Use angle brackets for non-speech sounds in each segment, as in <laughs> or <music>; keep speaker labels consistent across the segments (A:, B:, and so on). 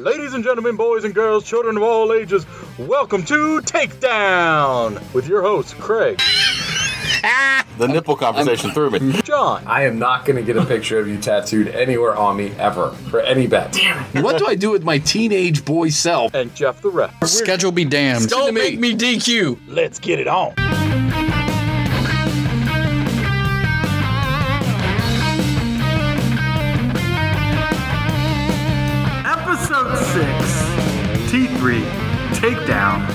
A: Ladies and gentlemen, boys and girls, children of all ages, welcome to Takedown with your hosts, Craig,
B: The nipple conversation threw me.
A: John,
C: I am not going to get a picture of you tattooed anywhere on me ever for any bet.
D: What do I do with my teenage boy self?
A: and Jeff the Ref.
E: Schedule be damned.
D: Don't make me DQ.
A: Let's get it on.
F: Episode 6, T3, Takedown.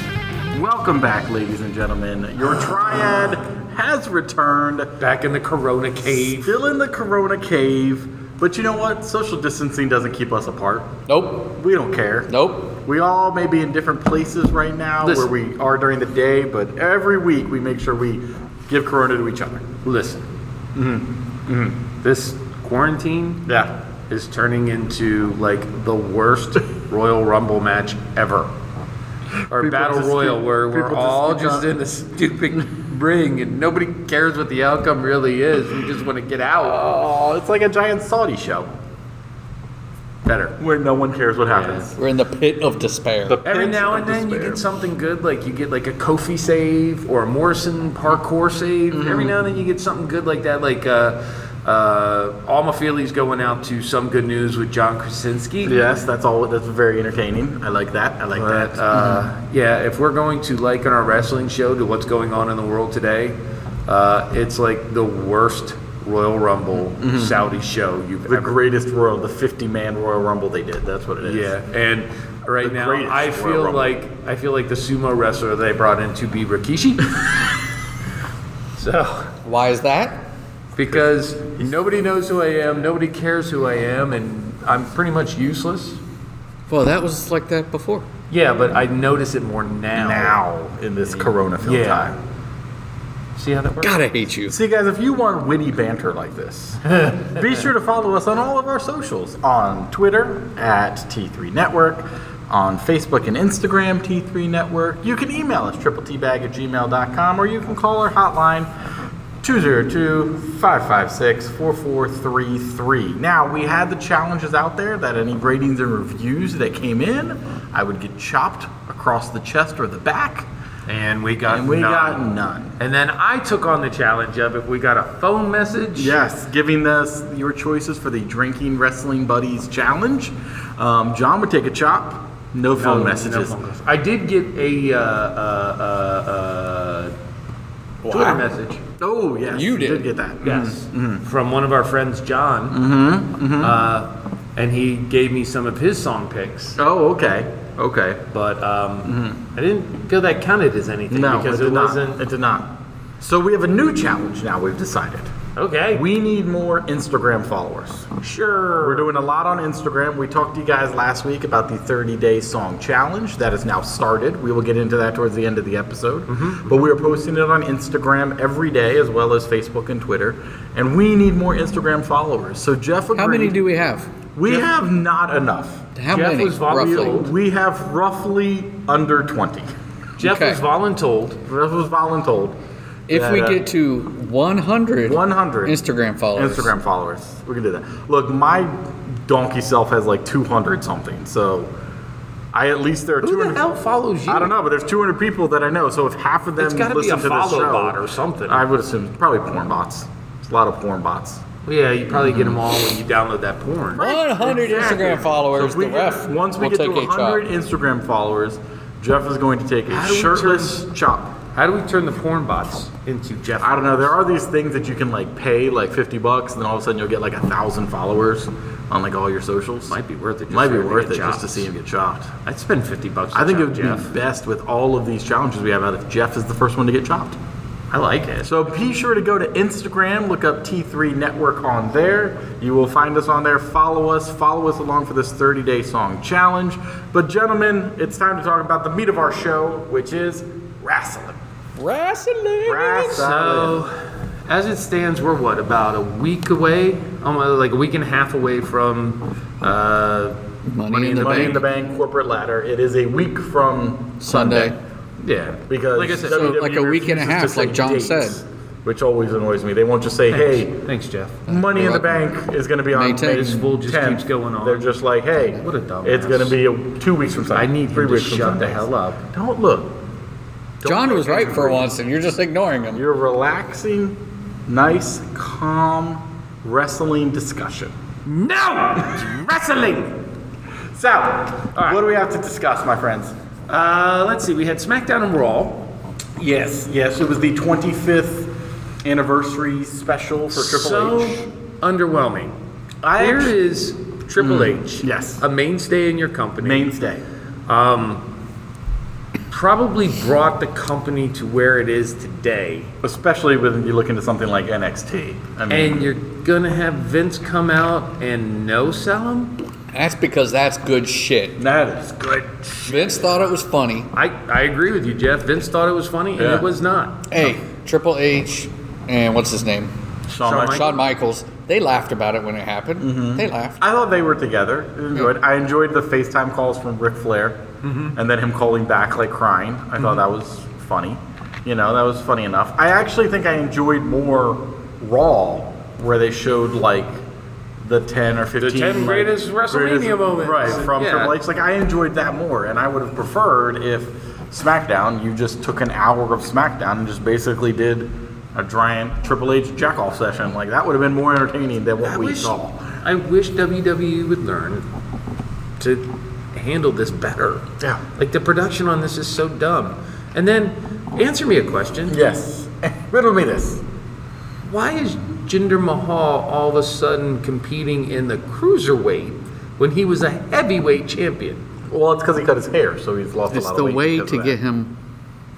F: Welcome back, ladies and gentlemen. Your triad has returned,
C: Back in the Corona cave.
F: still in the Corona cave. But you know what? Social distancing doesn't keep us apart.
D: Nope.
F: We don't care.
D: Nope.
F: We all may be in different places right now
D: Listen.
F: where we are during the day, but every week we make sure we give Corona to each other. Mm-hmm.
C: Listen, this quarantine
F: Yeah.
C: is turning into like the worst Royal Rumble match ever. Or
F: People
C: Battle
F: just
C: Royal,
F: keep-
C: where we're
F: people just
C: all
F: keep
C: just
F: on-
C: in a
F: <laughs>
C: stupid ring and nobody cares what the outcome really is. We just want to get out.
F: Oh, it's like a giant Saudi show
C: Better.
F: where no one cares what happens.
E: We're in the pit of despair.
C: Every
F: Pits
C: now
F: of
C: and then you
F: despair.
C: get something good, like you get like a Kofi save or a Morrison parkour save. Every now and then you get something good like that, like uh, uh, Alma Feely's going out to some good news with John Krasinski.
F: Yes, that's all. That's very entertaining. I like that. I like
C: But
F: that.
C: uh, yeah, if we're going to liken our wrestling show to what's going on in the world today, uh, it's like the worst Royal Rumble Saudi show you've
F: the
C: ever.
F: greatest Royal, the 50 man Royal Rumble they did. That's what it is.
C: Yeah, and right
F: The
C: now
F: greatest
C: I
F: Royal
C: feel
F: Rumble.
C: like I feel like the sumo wrestler they brought in to be
F: <laughs>
C: Rikishi. so
E: Why is that?
C: because nobody knows who I am, nobody cares who I am, and I'm pretty much useless.
E: Well, that was like that before.
C: Yeah, but I notice it more now.
F: Now in this Corona filled
C: Yeah.
F: time.
C: See how that works?
E: God, I hate you.
F: See, guys, if you want witty banter like this, be sure to follow us on all of our socials on Twitter at T3 Network, on Facebook and Instagram, T3 Network. You can email us, tripletbag at gmail.com, or you can call our hotline, 202-556-4433. Now, we had the challenges out there that any ratings and reviews that came in, I would get chopped across the chest or the back,
C: And we got
F: and we
C: Uh, none.
F: got none.
C: And then I took on the challenge of if we got a phone message.
F: Yes, giving us your choices for the Drinking Wrestling Buddies Challenge. Um, John would take a chop. No phone
C: no
F: messages.
C: phone calls. I did get a uh, uh, uh, uh, Twitter message.
F: Oh, yes.
E: You
F: did.
E: did.
F: get that.
C: Yes,
F: Mm-hmm.
C: from one of our friends, John. Mm-hmm. Uh, and he gave me some of his song picks,
F: Oh, okay. Okay.
C: but um, I didn't feel that counted as anything
F: Mm-hmm. No,
C: because
F: it,
C: it,
F: did
C: wasn't.
F: Not. It did not. So we have a new challenge now, we've decided.
C: Okay,
F: We need more Instagram followers.
C: sure.
F: We're doing a lot on Instagram. We talked to you guys last week about the 30 day song challenge that is now started. We will get into that towards the end of the episode.
E: Mm-hmm.
F: But we are posting it on Instagram every day as well as Facebook and Twitter. And we need more Instagram followers. So Jeff agreed.
E: How many do we have?
F: we have not enough.
E: How
C: Jeff
E: many,
C: was volunteer-
E: roughly?
F: We have roughly under 20.
C: Jeff
E: okay.
C: was voluntold.
F: That was voluntold.
E: If we
F: Yeah.
E: get to 100,
F: 100
E: Instagram followers,
F: Instagram followers. We can do that. Look, my donkey self has like 200 something. So I at least there are 200.
C: follows
F: I don't know, but there's 200 people that I know. So if half of them
C: It's gotta be
F: listen
C: a
F: to this
C: follow
F: show,
C: bot or something.
F: I would assume probably porn bots. It's a lot of porn bots.
C: Yeah, you probably
F: Mm-hmm.
C: get them all when you download that porn.
E: 100 Instagram followers,
F: So if we
E: the
F: get-
E: ref
F: once we
E: will
F: get
E: take
F: to
E: a chop.
F: 100 Instagram followers, Jeff is going to take a
C: How do we turn-
F: shirtless chop.
C: How do we turn the porn bots into Jeff?
F: I don't know. There are these things that you can like pay like 50 bucks, and then all of a sudden you'll get like a thousand followers on like all your socials.
C: Might be worth it. Just
F: Might be
C: for him to
F: worth
C: get
F: it just to
C: chops.
F: see him get chopped.
C: I'd spend fifty bucks. To
F: I think it would
C: Jeff.
F: be best with all of these challenges we have out if Jeff is the first one to get chopped. I like it. So be sure to go to Instagram, look up T3 Network on there. You will find us on there. Follow us. Follow us along for this 30 day song challenge. But, gentlemen, it's time to talk about the meat of our show, which is wrestling.
E: Wrestling.
F: Wrestling.
C: So, as it stands, we're what about a week away? Almost like a week and a half away from uh,
E: Money, in the
F: Money
E: bank.
F: in the Bank corporate ladder. It is a week from
E: Sunday.
C: yeah.
F: because
C: Like I said,
E: So,
F: WWE
E: like a week and a
F: refuses to
E: half,
F: say
E: like John
F: dates.
E: said.
F: which always annoys me. They won't just say, hey,
C: Thanks, Jeff.
F: Money in the Bank is going to be on
E: Maintain.
F: May
E: This
C: fool just
F: 10th.
C: keeps going on.
F: They're just like, hey,
C: What a dumbass.
F: it's going to be a, two weeks from
C: I
F: Sunday.
C: need
F: three
C: you to
F: weeks from
C: shut the
F: Sunday.
C: hell up.
F: Don't look.
E: John was right for once, and you're just ignoring him.
F: You're relaxing, nice, calm wrestling discussion.
C: No! It's wrestling!
F: So, what do we have to discuss, my friends?
C: Uh, let's see, we had SmackDown and Raw.
F: Yes, yes, it was the 25th anniversary special for Triple
C: so
F: H.
C: underwhelming.
F: I
C: There
F: actu-
C: is Triple H,
F: Yes.
C: a mainstay in your company.
F: Mainstay.
C: probably brought the company to where it is today.
F: Especially when you look into something like NXT. I mean,
C: And you're gonna have Vince come out and no sell him?
E: That's because that's good shit.
F: that is good.
E: Vince thought it was funny.
C: I, I agree with you, Jeff. Vince thought it was funny, and
F: Yeah.
C: it was not.
E: Hey, Triple H and what's his name?
F: Shawn
C: Shawn Mm-hmm.
F: Michaels.
E: Shawn Michaels. They laughed about it when it happened. They laughed.
F: I thought they were together. It was good. I enjoyed the FaceTime calls from Ric Flair,
C: Mm-hmm.
F: and then him calling back like crying. I thought that was funny. You know, that was funny enough. I actually think I enjoyed more Raw, where they showed like the ten or fifteen
C: 10
F: like,
C: greatest WrestleMania moments.
F: right? From
C: Yeah.
F: Triple H. Like I enjoyed that more, and I would have preferred if SmackDown you just took an hour of SmackDown and just basically did a giant Triple H jack off session. Like that would have been more entertaining than what
C: I
F: we
C: wish,
F: saw.
C: I wish WWE would learn to handle this better.
F: Yeah.
C: Like the production on this is so dumb. And then answer me a question.
F: Yes. <laughs> Riddle me this.
C: Why is Jinder Mahal all of a sudden competing in the cruiserweight when he was a heavyweight champion?
F: Well, it's because he cut his hair, so he's lost a
D: It's
F: lot
D: the
F: of weight.
D: way
F: because
D: to
F: of
D: get
F: that.
D: him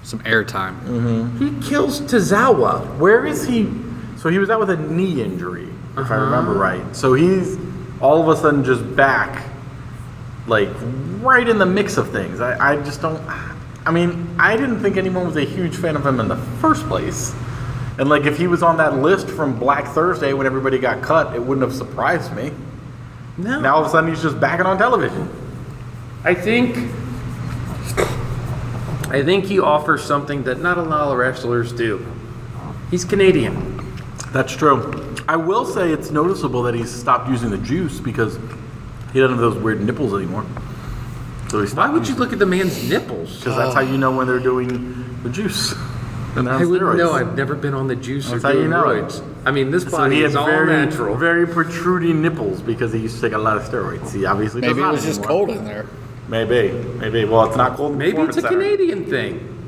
D: some airtime.
C: He kills Tozawa.
F: Where is he? So he was out with a knee injury, if I remember
D: Uh-huh.
F: right. So he's all of a sudden just back, like right in the mix of things. I, I just don't. I mean, I didn't think anyone was a huge fan of him in the first place. And like, if he was on that list from Black Thursday when everybody got cut, it wouldn't have surprised me.
C: No.
F: Now all of a sudden he's just backing on television.
C: I think I think he offers something that not a lot of wrestlers do. He's Canadian.
F: That's true. I will say it's noticeable that he's stopped using the juice because he doesn't have those weird nipples anymore. So he
C: Why
F: stopped.
C: would you look at the man's nipples?
F: Because that's how you know when they're doing the juice. And they're on
C: I wouldn't
F: steroids.
C: know. I've never been on the juice
F: That's
C: or
F: how you
C: doing
F: know.
C: roids. I mean, this
F: So
C: body
F: he had
C: is all
F: very,
C: natural.
F: very protruding nipples because he used to take a lot of steroids. He obviously does
E: Maybe it
F: not
E: was just
F: anymore.
E: cold in there.
F: Maybe, maybe. Well, it's not cold. in the
C: Maybe
F: performance
C: it's a
F: center.
C: Canadian thing.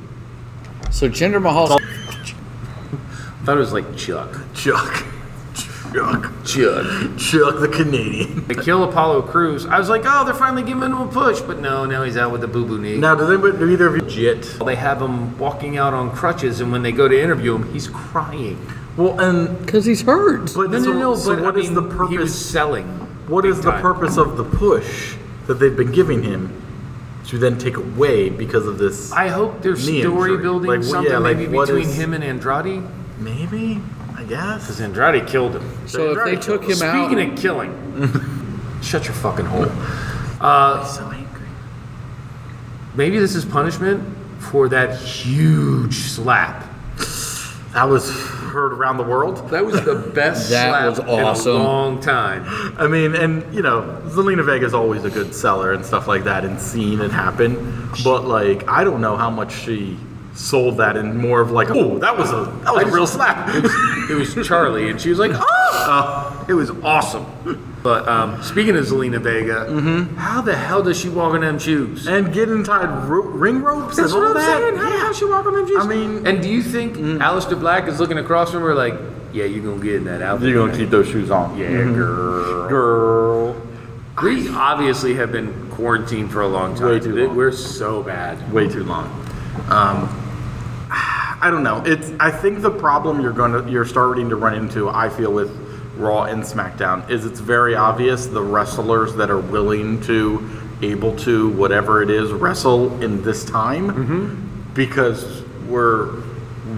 E: So Jinder Mahal's
C: I thought it was like Chuck.
F: Chuck, Chuck,
C: Chuck.
F: Chuck, the Canadian.
C: They kill Apollo Crews. I was like, oh, they're finally giving him a push, but no, now he's out with the boo boo knee.
F: Now, does anybody, do either of you jit?
C: They have him walking out on crutches, and when they go to interview him, he's crying.
F: Well, and
D: Because he's hurt.
F: but
C: No,
F: so,
C: no, no.
F: so
C: but
F: what
C: I
F: is
C: mean,
F: the
C: He was
F: purpose?
C: selling.
F: What
C: big
F: is the
C: time.
F: purpose of the push that they've been giving him to then take away because of this?
C: I hope there's
F: Knee
C: story
F: injury.
C: building
F: Like, what-
C: something
F: yeah, like,
C: maybe
F: what
C: between
F: is-
C: him and Andrade.
F: Maybe, I guess.
C: Because Andrade killed him.
D: So if they took him out,
C: Speaking of killing, <laughs> shut your fucking hole. Uh,
F: So angry.
C: maybe this is punishment for that huge slap.
F: That was heard around the world.
C: That was the <laughs> best
D: That
C: slap
D: was awesome.
C: in a long time.
F: I mean, and you know, Zelina Vega is always a good seller and stuff like that, and seeing it happen. But like, I don't know how much she sold that, and more of like, oh, that was a that was a
C: <laughs>
F: real slap.
C: It was Charlie, and she was like, "Oh, it was awesome." Mm-hmm. But um, speaking of Zelina Vega, how the hell does she walk in them shoes?
F: and getting tied ro- ring ropes
C: That's
F: and all
C: what I'm
F: that.
C: saying. How the hell she walk on them shoes?
F: I mean-
C: and do you think
F: Mm.
C: Alistair Black is looking across from her like, yeah, you're gonna get in that outfit?
F: You're gonna keep those shoes on,
C: yeah, girl.
F: girl.
C: We obviously have been quarantined for a long time.
F: Way too
C: Th-
F: long.
C: We're so bad.
F: way too long. Um, I don't know. It's I think the problem you're gonna you're starting to run into. I feel with Raw and SmackDown is it's very obvious the wrestlers that are willing to, able to whatever it is wrestle in this time
E: Mm-hmm.
F: because we're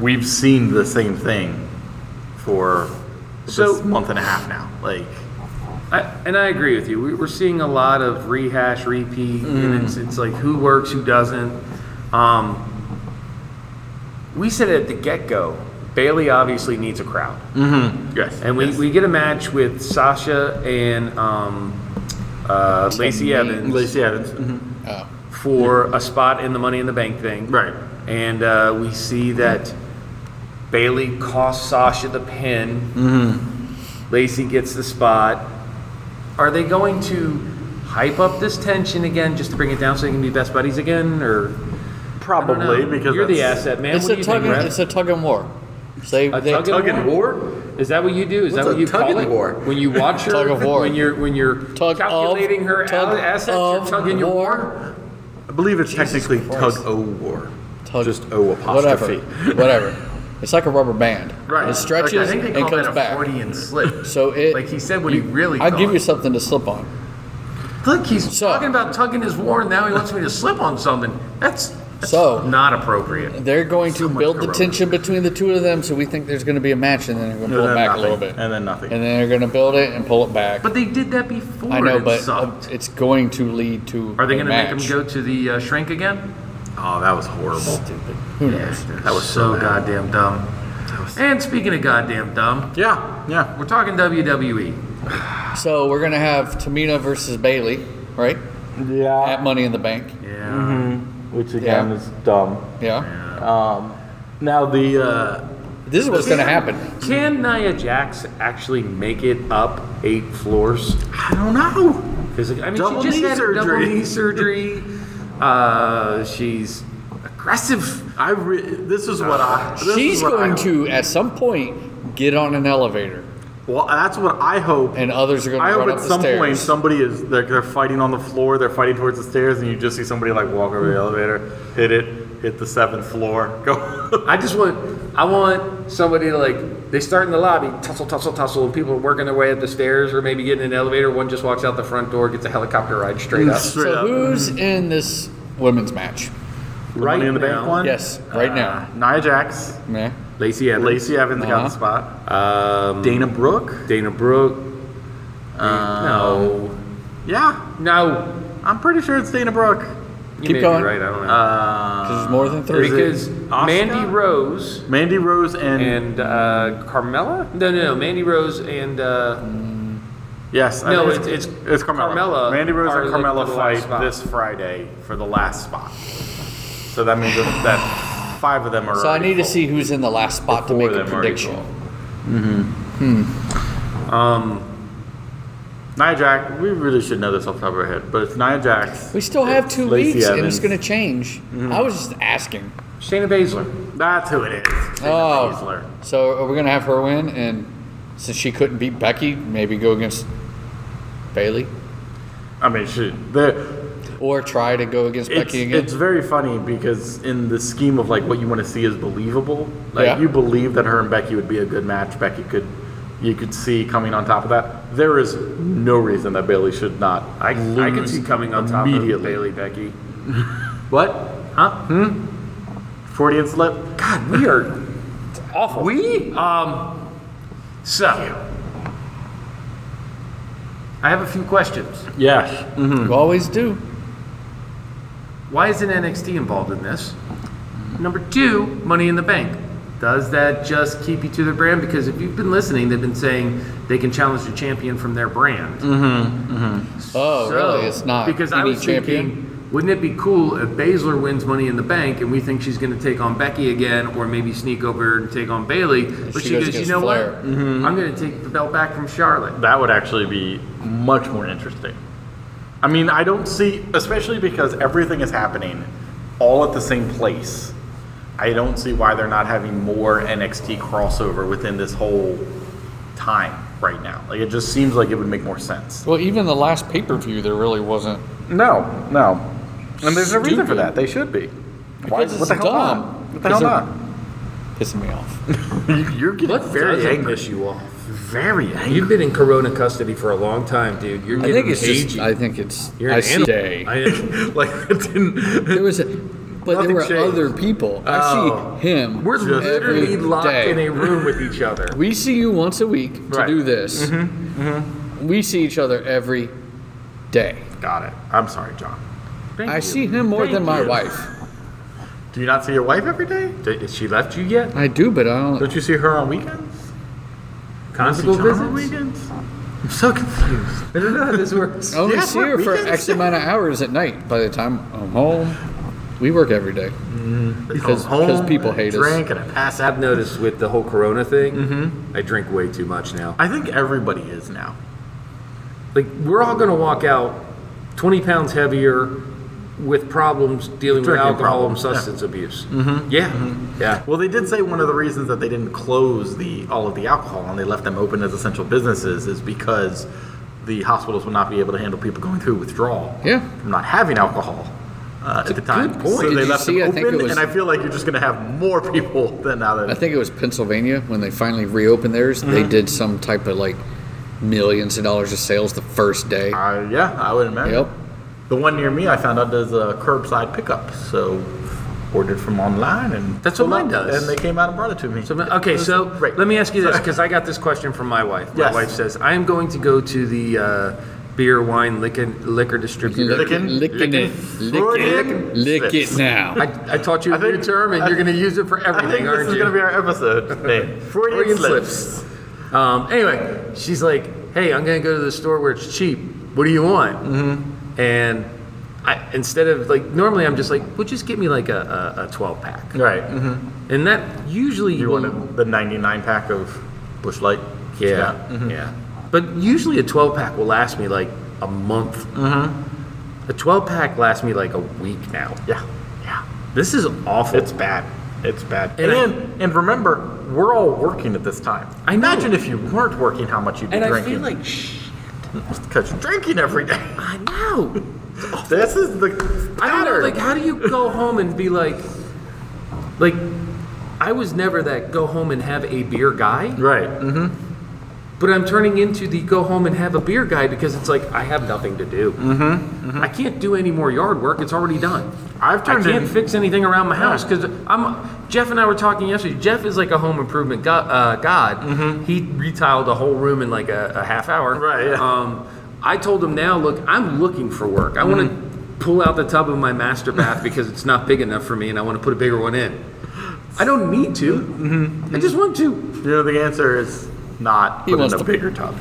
F: we've seen the same thing for
C: So-
F: this month and a half now. Like
C: I, and I agree with you. We, we're seeing a lot of rehash, repeat,
F: Mm.
C: and it's, it's like who works, who doesn't. Um, we said at the get go Bailey obviously needs a crowd.
F: Yes.
C: And we, we get a match with Sasha and um, uh, Lacey Evans
F: Lacey Evans. Mhm.
C: for a spot in the Money in the Bank thing.
F: Right.
C: And uh, we see that Bailey costs Sasha the pin.
F: Mm-hmm.
C: Lacey gets the spot. Are they going to hype up this tension again just to bring it down so they can be best buddies again? Or I don't
F: Probably
C: know.
F: because
C: you're the
F: that's-
C: asset man.
E: It's
C: what
E: a
C: do you
E: tug.
C: think,
E: And,
C: Rev?
E: it's a tug and war. They,
C: A
E: they,
C: tug,
F: tug
C: and
F: and
C: war? Is that what you do? Is that
D: What's
C: what
D: a
C: you
D: tug
C: call
D: and
C: it?
D: war?
C: When you
E: <laughs>
C: watch her,
E: Tug of war.
C: when you're when you're
E: Tug of-
C: calculating her
E: tug
C: a- assets, you're
E: of
C: tugging your
E: war.
C: war.
F: I believe it's technically tug o war.
E: tug,
F: Just O apostrophe.
E: Whatever.
C: <laughs>
E: whatever. It's like a rubber band.
C: Right.
E: It stretches
C: Okay, I think they
E: and
C: call
E: comes
C: that a
E: back.
C: Freudian slip.
E: <laughs> So it.
C: like he said, what he really.
E: I'll give
C: thought.
E: you something to slip on.
C: Look, he's
E: So-
C: talking about tugging his war, and now he wants me to slip on something. That's, that's
E: So-
C: not appropriate.
E: They're going to
C: Someone's
E: build the
C: heroic.
E: tension between the two of them, so we think there's going to be a match, and then they're going to pull
F: And
E: it
F: then
E: back
F: nothing.
E: a little bit,
F: And then nothing.
E: and then they're going to build it and pull it back.
C: But they did that before.
E: I know,
C: and it
E: but um,
C: sucked.
E: it's going to lead to.
C: Are they
E: going to
C: make him go to the uh, shrink again?
F: Oh, that was horrible.
E: Who knows?
C: That was so goddamn dumb. And speaking of goddamn dumb,
F: Yeah, yeah.
C: we're talking E. WWE.
E: So we're going to have Tamina versus Bailey, right?
F: Yeah.
E: At Money in the Bank.
C: Yeah.
F: Which again
E: Yeah.
F: is dumb.
E: Yeah.
F: Now the uh,
E: This is what's going to happen.
C: Can
F: Mm.
C: Nia Jax actually make it up eight floors?
F: I don't know.
C: Physically, I mean,
F: Double
C: she just
F: knee
C: had her double
F: surgery.
C: knee surgery. Uh, she's aggressive.
F: I re- this is what I. This
E: She's
F: is what
E: going
F: I,
E: to, at some point, get on an elevator,
F: Well, that's what I hope.
E: and others are going
F: I
E: to
F: hope
E: run up
F: at
E: the
F: some point
E: stairs.
F: somebody is they're, they're fighting on the floor, they're fighting towards the stairs, and you just see somebody like walk over the elevator, hit it, hit the seventh floor, <laughs> go.
C: I just want, I want somebody to like, they start in the lobby, tussle, tussle, tussle, and people are working their way up the stairs or maybe getting an elevator. One just walks out the front door, gets a helicopter ride straight up.
F: Straight
E: So
F: up.
E: who's in this women's match?
F: The Money in the
C: Right
F: bank
C: now-
F: one.
E: Yes, right now.
F: Uh, Nia Jax,
E: Yeah.
C: Lacey Evans.
F: Lacey Evans got
E: Uh-huh.
F: the spot.
C: Um,
F: Dana Brooke.
C: Dana Brooke.
F: Uh,
C: no.
F: Yeah,
C: No.
F: I'm pretty sure it's Dana Brooke.
C: You
E: Keep
C: may be
E: going.
C: Right, I don't know.
E: 'Cause There's more than three.
F: Uh, is it-
C: because
F: Asuka?
C: Mandy Rose
F: Mandy Rose and,
C: and uh, Carmella? No, no, no. Mandy Rose and uh,
F: yes, I
C: No,
F: think
C: it's- it's
F: it's Carmella.
C: Carmella
F: Mandy Rose
C: are
F: and
C: like
F: Carmella
C: for the last
F: fight
C: spot.
F: this Friday for the last spot. So that means that, that five of them are.
E: So I
F: already
E: need to
F: full.
E: see who's in the last spot to
F: Four
E: make
F: of
E: a
F: them are already
E: prediction.
F: full. Nia Jax, we really should know this off the top of our head, but it's Nia Jax.
E: We still have two
F: Lacey
E: weeks, and it's
F: Evans.
E: going to change. I was just asking.
C: Shayna Baszler.
F: That's who it is.
E: Oh.
F: Baszler.
E: So are we going to have her win? And since she couldn't beat Becky, maybe go against Bailey
F: I mean, she, the
E: or try to go against
F: it's,
E: Becky again.
F: it's very funny because in the scheme of like what you want to see is believable. Like
E: Yeah.
F: you believe that her and Becky would be a good match. Becky could you could see coming on top of that. There is no reason that Bailey should not.
C: I,
F: lose
C: I can see coming on top of
F: immediately.
C: Bailey Becky.
F: What? Huh? Hmm. Freudian slip. God,
C: We are awful.
F: we.
C: Um, so, I have a few questions.
F: Yes.
E: you always do.
C: Why isn't NXT involved in this? Number two, Money in the Bank. Does that just keep you to their brand? Because if you've been listening, they've been saying they can challenge the champion from their brand.
E: Oh,
C: So,
E: really? It's not
C: because I
E: any
C: was
E: champion.
C: thinking, wouldn't it be cool if Baszler wins Money in the Bank and we think she's going to take on Becky again, or maybe sneak over and take on Bailey? But
E: she
C: she, goes,
E: goes
C: you
E: against
C: know
E: Flair."
C: what? I'm going to take the belt back from Charlotte.
F: That would actually be much more interesting. I mean, I don't see, especially because everything is happening all at the same place. I don't see why they're not having more NXT crossover within this whole time right now. Like, it just seems like it would make more sense.
E: Well, even the last pay per view, there really wasn't.
F: No, no. And there's a reason for
E: Stupid.
F: that. They should be.
E: Because it's dumb.
F: What the hell
E: Because
F: not?
E: Pissing me off.
F: <laughs> You're getting very
C: doesn't
F: angry.
C: piss you off?
F: Very angry.
C: You've been in Corona custody for a long time, dude. You're
E: I
C: getting
E: think it's just.
C: agey.
E: I think it's.
C: You're an
E: I see
C: animal.
E: day.
C: <laughs> I am.
F: like, <laughs> it didn't.
E: There was, a, but there
F: Nothing
E: were
F: changed.
E: other people.
F: Oh.
E: I see him.
C: We're
F: Just
C: literally
E: every
C: locked
E: day.
C: in a room with each other.
E: We see you once a week to
F: Right. Mm-hmm.
E: do this. We see each other every day.
F: Got it. I'm sorry, John.
E: I see him more than my wife.
F: Do you not see your wife every day? D- Has she left you yet?
E: I do, but I don't.
F: Don't you see her on weekends?
C: Conjugal
F: John on
C: visits?
F: weekends? I'm so confused.
C: I don't know how <laughs> this works.
E: I only
F: Yeah,
E: see
F: what,
E: her for
F: weekends?
E: X amount of hours at night. By the time I'm home, we work every day. Because-
F: Come home,
E: because people
F: I
E: hate us.
F: drink and I pass out.
C: I've noticed with the whole Corona thing, I drink way too much now.
F: I think everybody is now.
C: Like we're all gonna walk out twenty pounds heavier with problems dealing
F: Drinking
C: with alcohol
F: problems, yeah. Mm-hmm.
C: and substance abuse. Yeah, yeah.
F: Well, they did say one of the reasons that they didn't close the all of the alcohol and they left them open as essential businesses is because the hospitals would not be able to handle people going through withdrawal.
E: Yeah.
F: From not having alcohol uh, at the time.
E: good point.
F: So
E: Did
F: they
E: you
F: left
E: see? I
F: them
E: think
F: open,
E: it was-
F: and I feel like you're just going to have more people <laughs> than now
E: I
F: that.
E: think it was Pennsylvania when they finally reopened theirs. They
F: Mm-hmm.
E: did some type of like millions of dollars of sales the first day.
F: Uh, yeah, I would imagine.
E: Yep.
F: The one near me, I found out does a curbside pickup, so ordered from online and
C: That's what
F: pulled
C: mine
F: up,
C: does.
F: And they came out and brought it to me.
C: So, okay, so
F: Right.
C: let me ask
F: <laughs>
C: you this because I got this question from my wife. My
F: Yes.
C: wife says I am going to go to the uh, beer, wine, liquor, liquor distributor.
F: Lickin'?
E: Licking it. Lick it.
F: Freudian
E: Lick it
F: slips.
E: now.
C: I, I taught you a
F: I think-
C: new term, and
F: I
C: you're going to use it for
F: I
C: everything,
F: think this
C: aren't
F: is
C: you?
F: going to be
C: <laughs>
F: our episode name. Freudian,
C: Freudian
F: slips.
C: slips. Um, anyway, she's like, "Hey, I'm going to go to the store where it's cheap. What do you want?" Mm-hmm. And I, instead of like normally, I'm just like, "Well, just get me like a, a, a 12 pack,"
F: Right. mm-hmm.
C: and that usually
F: You
C: will-
F: wanted the 99 pack of Bush Light?
C: Yeah,
F: mm-hmm.
C: yeah. But usually a 12 pack will last me like a month.
F: Mm-hmm.
C: A 12 pack lasts me like a week now.
F: Yeah. Yeah.
C: This is awful.
F: It's bad. It's bad.
C: And
F: And
C: I-
F: and, remember, we're all working at this time.
C: I know.
F: Imagine if you weren't working, how much you'd be
C: and I feel
F: drinking.
C: like shh.
F: because you're drinking every day. <laughs>
C: I know.
F: this is the
C: I don't know.
F: pattern.
C: Like, how do you go home and be like, like, I was never that go home and have a beer guy,
F: right. Mm-hmm.
C: but I'm turning into the go home and have a beer guy because it's like I have nothing to do. Mm-hmm, I can't do any more yard work. It's already done.
F: I've
C: I
F: turned
C: can't
F: in.
C: fix anything around my house because I'm. Jeff and I were talking yesterday. Jeff is like a home improvement go- uh, god. He retiled a whole room in like a, a half hour.
F: Right, yeah.
C: Um, I told him now. Look, I'm looking for work. I want to pull out the tub of my master <laughs> bath because it's not big enough for me, and I want to put a bigger one in. I don't need to. I just want to.
F: you know, the answer is not
E: He
F: put in
E: wants
F: a
E: to-
F: bigger tub.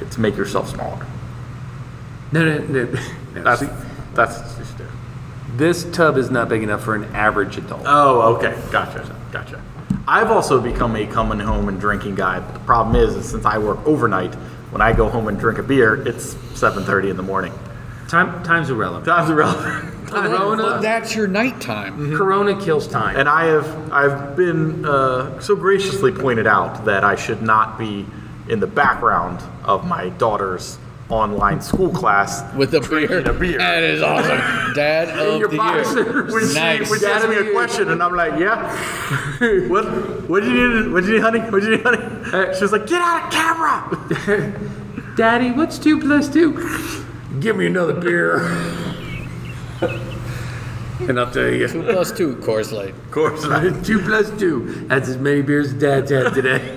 F: It's make yourself smaller.
C: No, no, no. <laughs> no.
F: That's
C: See,
F: that's just it.
C: this tub is not big enough for an average adult.
F: Oh, okay. Gotcha. Gotcha. I've also become a coming home and drinking guy. But the problem is, is since I work overnight, when I go home and drink a beer, it's 7.30 in the morning.
C: time, time's irrelevant.
F: Time's irrelevant.
E: Well,
C: Corona,
E: that's your
C: Mm-hmm.
E: nighttime.
C: Corona kills time.
F: And I have, I've been uh, so graciously pointed out that I should not be in the background of my daughter's online school class
E: With a beer.
F: drinking a beer.
E: That is awesome. Dad of
C: your <laughs>
E: the
C: boxers.
E: year.
F: When she,
E: nice.
F: when she asked me a question, and I'm like, <laughs> yeah. what? What did you need? What did you need, honey? What did you need, honey? She was like, get out of camera. <laughs>
C: Daddy, what's two plus two? Give me another beer. and I'll tell you, <laughs>
E: Two plus two, Coors Light.
F: Of course not.
C: two plus two. That's as many beers as Dad's had today.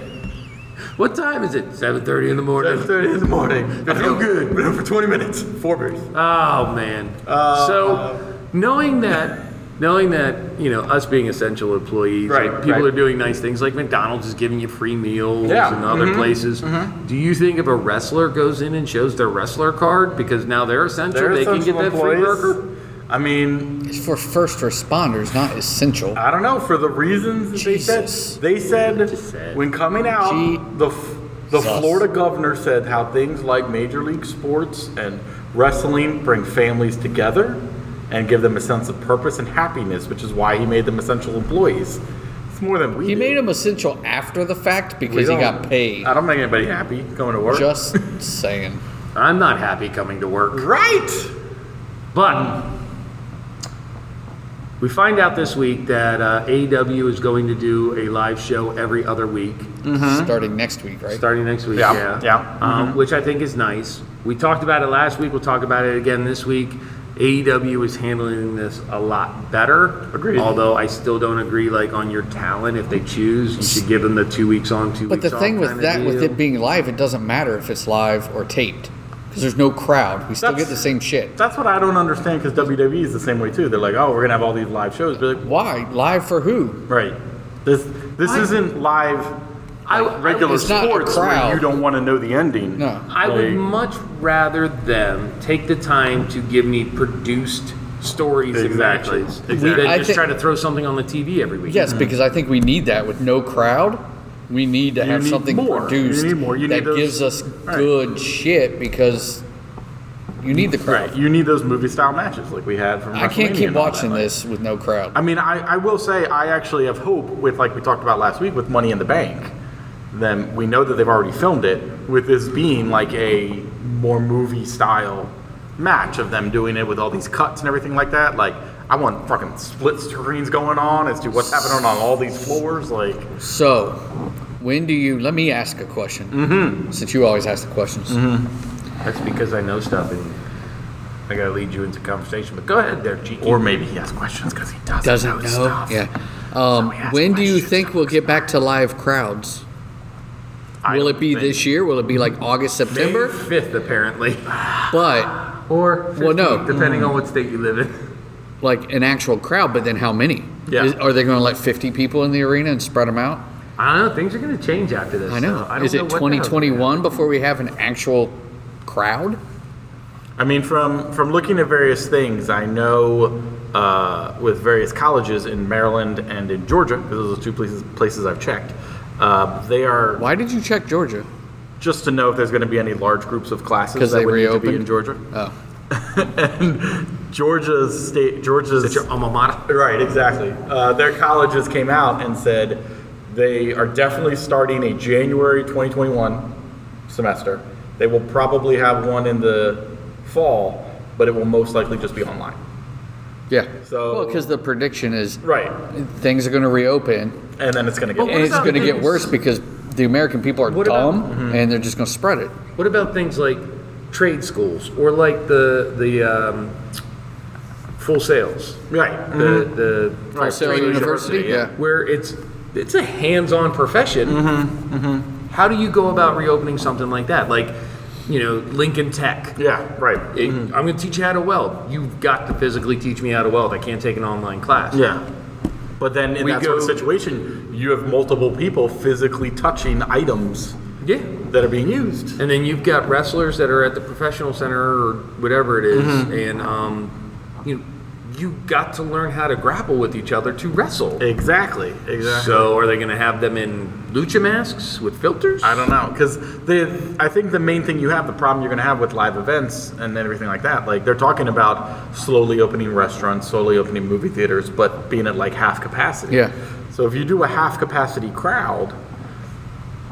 C: <laughs> what time is it? Seven thirty in the morning.
F: 7.30 in the morning. I feel good. Been up <laughs> for 20 minutes. Four beers.
C: Oh man. so knowing that, knowing that you know us being essential employees,
F: Right,
C: like, people are
F: right.
C: doing nice things like McDonald's is giving you free meals
F: Yeah.
C: and other places. Do you think if a wrestler goes in and shows their wrestler card because now they're essential, they can get that free burger?
F: I mean,
E: It's for first responders, not essential.
F: I don't know. For the reasons that
E: Jesus.
F: they said, they said
C: said.
F: when coming out,
E: Gee-
F: the f- the
E: Sus.
F: Florida governor said how things like major league sports and wrestling bring families together and give them a sense of purpose and happiness, which is why he made them essential employees. It's more than we.
E: He
F: do.
E: made him essential after the fact
F: We
E: because he
F: don't-
E: got paid.
F: I don't make anybody happy going to work.
E: Just saying.
C: I'm not happy coming to work.
F: right.
C: But we find out this week that uh, AEW is going to do a live show every other week,
E: Starting next week, right?
C: starting next week.
F: Yeah,
C: Yeah,
F: yeah. Mm-hmm.
C: Um, Which I think is nice. We talked about it last week. We'll talk about it again this week. AEW is handling this a lot better.
F: Agreed.
C: Although I still don't agree, like on your talent, if they choose, you should give them the two weeks on, two
E: But
C: weeks
E: the
C: off
E: thing
C: kinda
E: with that, with
C: deal.
E: it being live, it doesn't matter if it's live or taped. because there's no crowd. We still
F: That's-
E: get the same shit.
F: That's what I don't understand because WWE E is the same way too. They're like, oh, we're gonna have all these live shows. Be like,
E: Why live for who?
F: right, this this
C: I-
F: isn't live. like, regular
E: it's not a
F: sports where
E: crowd.
F: you don't want to know the ending.
E: No.
C: I would
F: Like-
C: much rather them take the time to give me produced stories
F: Exactly.
C: and matches
F: Exactly.
C: than
E: I
C: just
E: think-
C: try to throw something on the TV every week.
F: Mm-hmm.
E: Yes, because I think we need that with no crowd. We need to
F: You
E: have
F: need
E: something
F: more.
E: produced
F: You need more. You
E: that
F: need those-
E: gives us
F: Right.
E: good shit because you need the crowd.
F: Right, you need those movie style matches like we had from.
E: I can't
F: WrestleMania
E: keep
F: and all that,
E: watching
F: like-
E: this with no crowd.
F: I mean, I, I will say I actually have hope with like we talked about last week with Money in the Bank. Then we know that they've already filmed it with this being like a more movie style match of them doing it with all these cuts and everything like that. Like I want fucking split screens going on as to what's happening on all these floors. Like
E: So, when do you? Let me ask a question. Mm-hmm. Since you always ask the questions.
F: Mm-hmm.
C: that's because I know stuff and I gotta lead you into conversation. But go ahead there, Cheeky.
F: or maybe he has questions because he doesn't,
E: Doesn't
F: know,
E: know.
F: stuff.
E: Yeah. Um,
F: ask
E: when do you
F: questions.
E: think we'll get back to live crowds?
F: I
E: Will it
F: don't
E: be
F: think-
E: this year? Will it be like August, September?
C: fifth apparently,
E: But
C: <laughs> or
E: Well, no.
C: 15th, depending on what state you live in.
E: like an actual crowd, but then how many?
F: Yeah.
E: Is- are they going to let 50 people in the arena and spread them out?
C: I don't know. Things are gonna change after this.
E: I know.
C: so I don't
E: Is
C: know
E: it
C: what the hell's
E: 2021 before we have an actual crowd?
F: I mean, from from looking at various things, I know uh, with various colleges in Maryland and in Georgia, because those are the two places places I've checked. Uh, they are
E: Why did you check Georgia?
F: just to know if there's going to be any large groups of classes
E: 'Cause
F: that
E: they
F: would need to be
E: reopened?
F: in Georgia.
E: Oh.
F: <laughs> and Georgia's state, Georgia's
C: It's your alma mater.
F: Right, exactly. Uh, their colleges came out and said they are definitely starting a January 2021 semester. They will probably have one in the fall, but it will most likely just be online.
E: Yeah.
F: So-
E: well, because the prediction is
F: Right,
E: things are going to reopen
F: and then it's going to get.
C: Well,
E: and it's
C: about
E: going to get
C: things-
E: worse because the American people are
C: What about-
E: dumb and they're just going to spread it.
C: What about things like trade schools or like the the um, full sales,
F: right.
C: the the
F: Uh-huh. Right,
E: Wholesale
F: trade
E: university, yeah.
C: where it's it's a hands-on profession.
F: Mm-hmm,
C: How do you go about reopening something like that? Like, you know, Lincoln Tech.
F: Yeah, right.
C: It- I'm going to teach you how to weld. You've got to physically teach me how to weld. I can't take an online class.
F: Yeah. But then in
C: We
F: that
C: go-
F: sort of situation, you have multiple people physically touching items
C: Yeah.
F: that are being used.
C: And then you've got wrestlers that are at the professional center or whatever it is,
F: Mm-hmm.
C: and um, you know, you got to learn how to grapple with each other to wrestle.
F: Exactly. Exactly.
C: So are they going to have them in lucha masks with filters?
F: I don't know because the I think the main thing you have the problem you're going to have with live events and then everything like that like they're talking about slowly opening restaurants slowly opening movie theaters but being at like half capacity
E: Yeah.
F: so if you do a half capacity crowd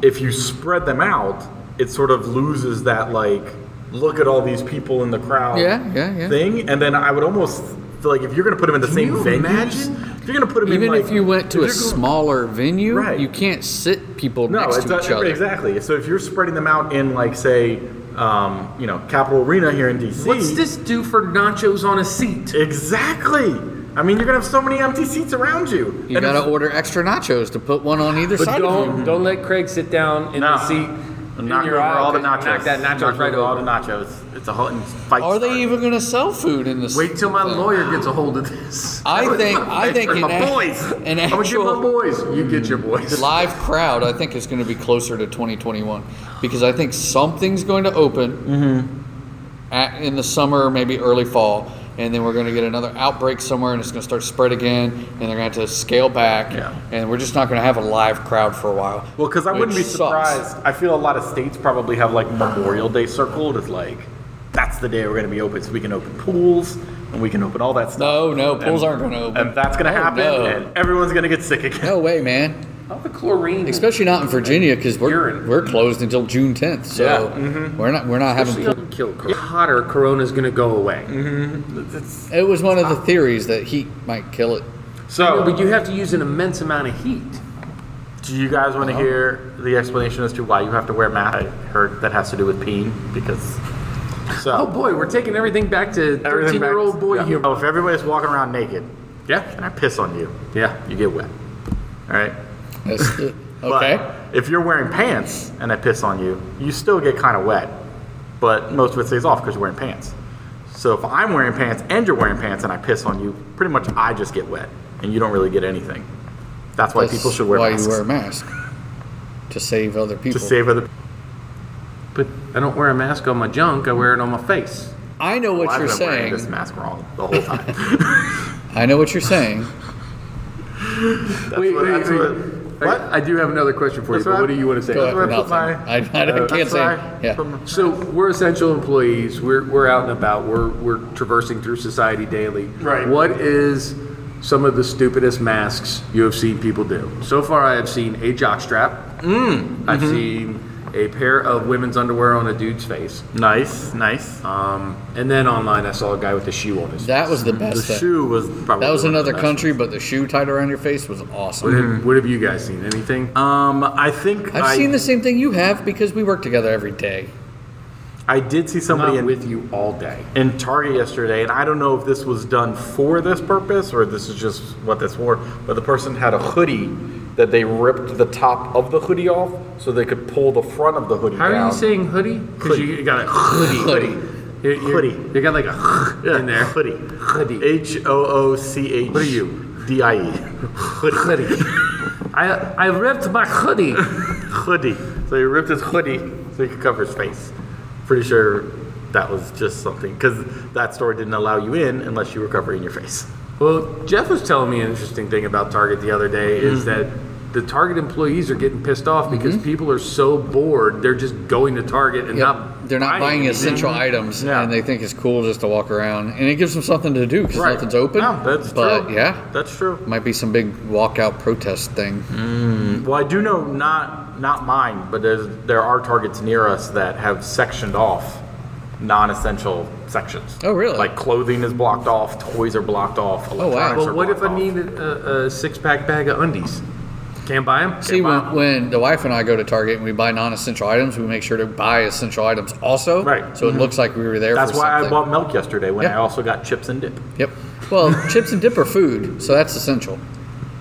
F: if you spread them out it sort of loses that like look at all these people in the crowd
E: Yeah, yeah, yeah.
F: thing and then I would almost feel like if you're going to put them in the same
C: you
F: venues
C: imagine?
F: if you're going to put them
E: Even
F: in like,
E: if you went to a
F: you're going-
E: smaller venue,
F: Right.
E: you can't sit people
F: no,
E: next
F: it's
E: to
F: not-
E: each other.
F: exactly. So if you're spreading them out in, like, say, um, you know, Capitol Arena here in DC,
C: What's this do for nachos on a seat?
F: Exactly. I mean, you're gonna have so many empty seats around you.
E: You
F: And
E: got
F: it's-
E: to order extra nachos to put one on either
C: But
E: side of
C: don't
E: you.
C: don't let Craig sit down in
F: No.
C: the seat. in
F: knock
C: your
F: over
C: aisle,
F: all the
C: 'cause
F: nachos.
C: you Knock that nachos
F: Knock
C: right
F: over all
C: over.
F: the nachos. It's a whole and fight.
E: Are
F: starter.
E: they even going to sell food in this?
C: Wait till my
E: thing?
C: lawyer gets a hold of this.
E: I think I think an,
C: my
E: ac-
C: boys.
E: an
C: I'm gonna get my
E: actual
C: boys. You get your boys.
E: live crowd, I think, is going to be closer to 2021 because I think something's going to open at, in the summer, maybe early fall, and then we're going to get another outbreak somewhere, and it's going to start to spread again, and they're going to have to scale back,
F: Yeah.
E: and we're just not going to have a live crowd for a while.
F: Well, because I wouldn't
E: which
F: be
E: sucks.
F: surprised. I feel a lot of states probably have like Memorial Day circled. It's like that's the day we're gonna be open, so we can open pools and we can open all that stuff.
E: No, no, pools aren't going to open.
F: And that's gonna
E: Oh,
F: happen,
E: no.
F: and everyone's gonna get sick again.
E: No way, man.
C: All the chlorine.
E: Especially not in Virginia because we're
C: Urine.
E: we're closed until June 10th, so
F: Yeah. mm-hmm.
E: we're not we're not having.
C: Especially on kill corona. hotter corona's gonna go away
E: It was one of the theories that heat might kill it.
F: So
C: but you have to use an immense amount of heat
F: Do you guys want to hear the explanation as to why you have to wear masks? I heard that has to do with peeing because. So
C: oh boy we're taking everything back to 13
F: everything
C: year old
F: back-
C: boy
F: yeah.
C: humor
F: Oh, if everybody's walking around naked
C: yeah
F: and I piss on you,
C: yeah
F: you get wet. All right. <laughs>
E: That's- okay.
F: But if you're wearing pants and I piss on you, you still get kind of wet. but most of it stays off because you're wearing pants. So if I'm wearing pants and you're wearing pants and I piss on you, pretty much I just get wet and you don't really get anything. That's why
E: That's
F: people should wear
E: why
F: masks
E: you wear a mask to save other people.
F: to save other.
C: But I don't wear a mask on my junk. I wear it on my face.
E: I know what
F: I've
E: you're
F: been wearing
E: saying.
F: This mask wrong the whole time.
E: I know what you're
F: <laughs>
E: saying.
C: wait,
F: what-
C: wait,
F: that's
C: wait.
F: what-
C: I, I do have another question for
F: That's
C: you. But
F: what
C: what
F: I-
C: do you want to say?
E: Go
F: That's where I put
E: nothing.
F: my.
E: I- I
F: uh,
E: can't
F: that's
E: say-
F: where I
E: yeah.
F: put my-
C: So we're essential employees. We're, we're out and about. We're, we're traversing through society daily.
F: Right.
C: What is some of the stupidest masks you have seen people do? So far, I have seen a jock strap. Mm. I've seen a pair of women's underwear on a dude's face.
F: Nice, nice.
C: Um, and then online, I saw a guy with a shoe on his face.
E: That was
F: <laughs>
E: the
F: the
E: best thing.
F: shoe was probably.
E: That was
F: one of the
E: another
F: best.
E: country, but the shoe tied around your face was
C: What
E: awesome.
C: have, what have you guys seen? Anything?
F: Um, I think
E: I've
F: I,
E: seen the same thing you have because we work together every day.
F: I did see
C: I'm
F: somebody
C: not
F: in,
C: with you all day.
F: in Target yesterday, and I don't know if this was done for this purpose or this is just what this for. But the person had a hoodie that they ripped the top of the hoodie off so they could pull the front of the hoodie
C: How
F: down.
C: are you saying hoodie? Because
F: Hoodie.
C: you got a hoodie.
E: Hoodie.
C: You, you,
F: Hoodie.
C: You got like a <laughs>
F: Yeah,
C: in there.
F: Hoodie.
C: Hoodie.
F: H O O C H.
C: What are you?
F: D I E. Hoodie.
C: I I ripped my hoodie.
F: hoodie. So he ripped his hoodie so he could cover his face. Pretty sure that was just something because that store didn't allow you in unless you were covering your face.
C: well, Jeff was telling me an interesting thing about Target the other day is that the Target employees are getting pissed off because people are so bored they're just going to Target and not
E: They're not buying
C: anything.
E: essential items,
F: Yeah.
E: and they think it's cool just to walk around, and it gives them something to do because
F: Right.
E: nothing's open.
F: No, that's
E: but
F: true.
E: yeah,
F: That's true.
E: might be some big walkout protest thing.
F: Well, I do know not not mine, but there's, there are targets near us that have sectioned off non-essential sections.
E: Oh, really? Oh,
F: Like clothing is blocked off, toys are blocked off.
E: wow.
F: electronics
C: Well,
F: are
C: what if
F: blocked
C: I
F: off.
C: need a, a six pack bag of undies? Can't buy them.
E: See, when, when the wife and I go to Target and we buy non-essential items, we make sure to buy essential items also.
F: Right. Mm-hmm.
E: So it looks like we were there.
F: That's
E: for
F: why I
E: something.
F: bought milk yesterday when I
E: Yeah.
F: also got chips and dip.
E: Yep.
F: <laughs>
E: Well, chips and dip are food, so that's essential.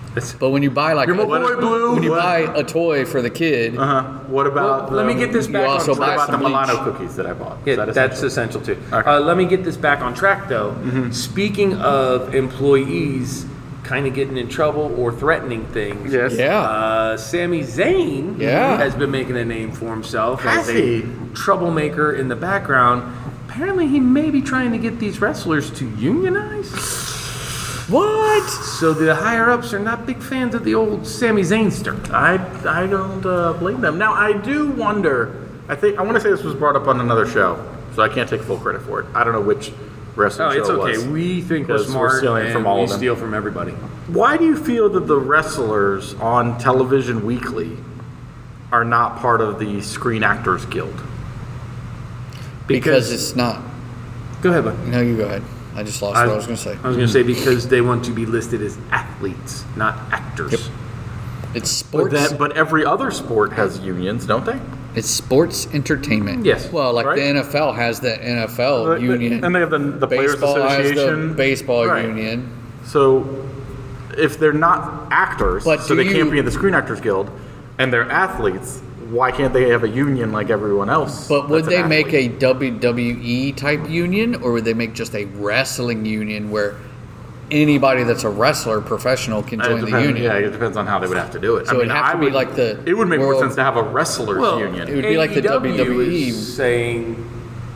C: That's-
E: But when you buy like
C: You're
E: a,
C: my boy,
F: Blue.
E: when you
F: What?
E: buy a toy for the kid,
F: Uh-huh. What about?
C: let
F: the-
C: me get this
E: you
C: back
E: also
C: on
F: What
C: track.
E: buy
F: about
E: some
F: the
E: bleach.
F: Milano cookies that I bought? Is
C: Yeah,
F: that
C: that's
F: essential?
C: essential too.
F: Okay. Mm-hmm.
C: Uh, let me get this back on track though. Speaking of employees kind of getting in trouble or threatening things.
F: Yes.
E: Yeah.
C: Uh, Sami Zayn
E: Yeah.
C: has been making a name for himself
F: Has
C: as a
F: he?
C: troublemaker in the background. Apparently, he may be trying to get these wrestlers to unionize.
E: what?
C: So the higher ups are not big fans of the old Sami Zaynster.
F: I I don't uh, blame them. Now I do wonder. I think I want to say this was brought up on another show, so I can't take full credit for it. I don't know which wrestling
C: Oh,
F: show
C: it's
F: it
C: okay.
F: was.
C: We think we're
F: Because we're
C: smart
F: stealing
C: and
F: from all
C: we
F: of them.
C: steal from everybody.
F: Why do you feel that the wrestlers on television weekly are not part of the Screen Actors Guild?
E: Because it's not.
C: go ahead, bud.
E: No, you go ahead. I just lost what I was going to say.
F: uh,
C: I was going to say because they want to be listed as athletes, not actors.
E: It's
F: But,
E: sports.
F: that, but every other sport has unions, don't they?
E: It's sports entertainment.
C: Yes.
E: Well, like
F: Right.
E: the NFL has the NFL union.
F: And they have the, the Players
E: baseball has
F: Association.
E: the baseball
F: Right.
E: union.
F: So, if they're not actors,
E: But
F: so
E: do
F: they can't
E: you-
F: be in the Screen Actors Guild, and they're athletes, why can't they have a union like everyone else?
E: But would
F: that's
E: they
F: an
E: make
F: athlete?
E: a WWE type union, or would they make just a wrestling union where anybody that's a wrestler, professional, can
F: Uh, It
E: join the
F: depends-
E: union?
F: Yeah, it depends on how they would have to do it.
E: So it'd have to be like the
F: It would make more
E: world-
F: sense to have a wrestlers
E: It
F: union.
E: would be like the E
C: AEW
E: WWE.
C: E is saying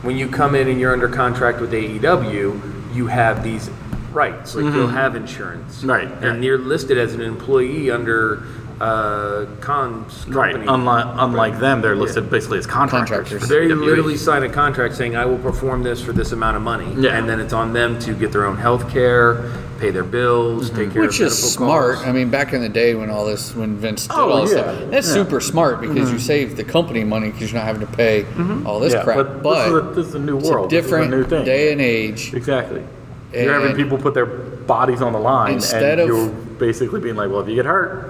C: when you come in and you're under contract with AEW, you have these rights, like you'll have insurance,
F: Mm-hmm. Right,
C: And
F: right.
C: you're listed as an employee under uh, Khan's
F: Right.
C: company.
F: Unlike, unlike them, they're listed E basically as contractors.
E: Contractors.
F: for
C: They
F: WWE.
C: literally sign a contract saying, I will perform this for this amount of money.
F: Yeah.
C: And then it's on them to get their own health care, pay their bills,
F: Mm-hmm.
C: take care
E: Which
C: of medical
E: is smart.
C: costs.
E: I mean, back in the day when all this, when Vince did
F: Oh,
E: all this
F: yeah. Mm-hmm.
E: stuff, that's super smart because you save the company money because you're not having to pay all this
F: Yeah,
E: crap.
F: but,
E: But,
F: this, is a, this is a new
E: it's
F: world.
E: a different
F: this is a new thing.
E: day and age.
F: Exactly. You're having
E: And-
F: people put their bodies on the line,
E: Instead
F: and
E: of-
F: you're basically being like, "Well, if you get hurt,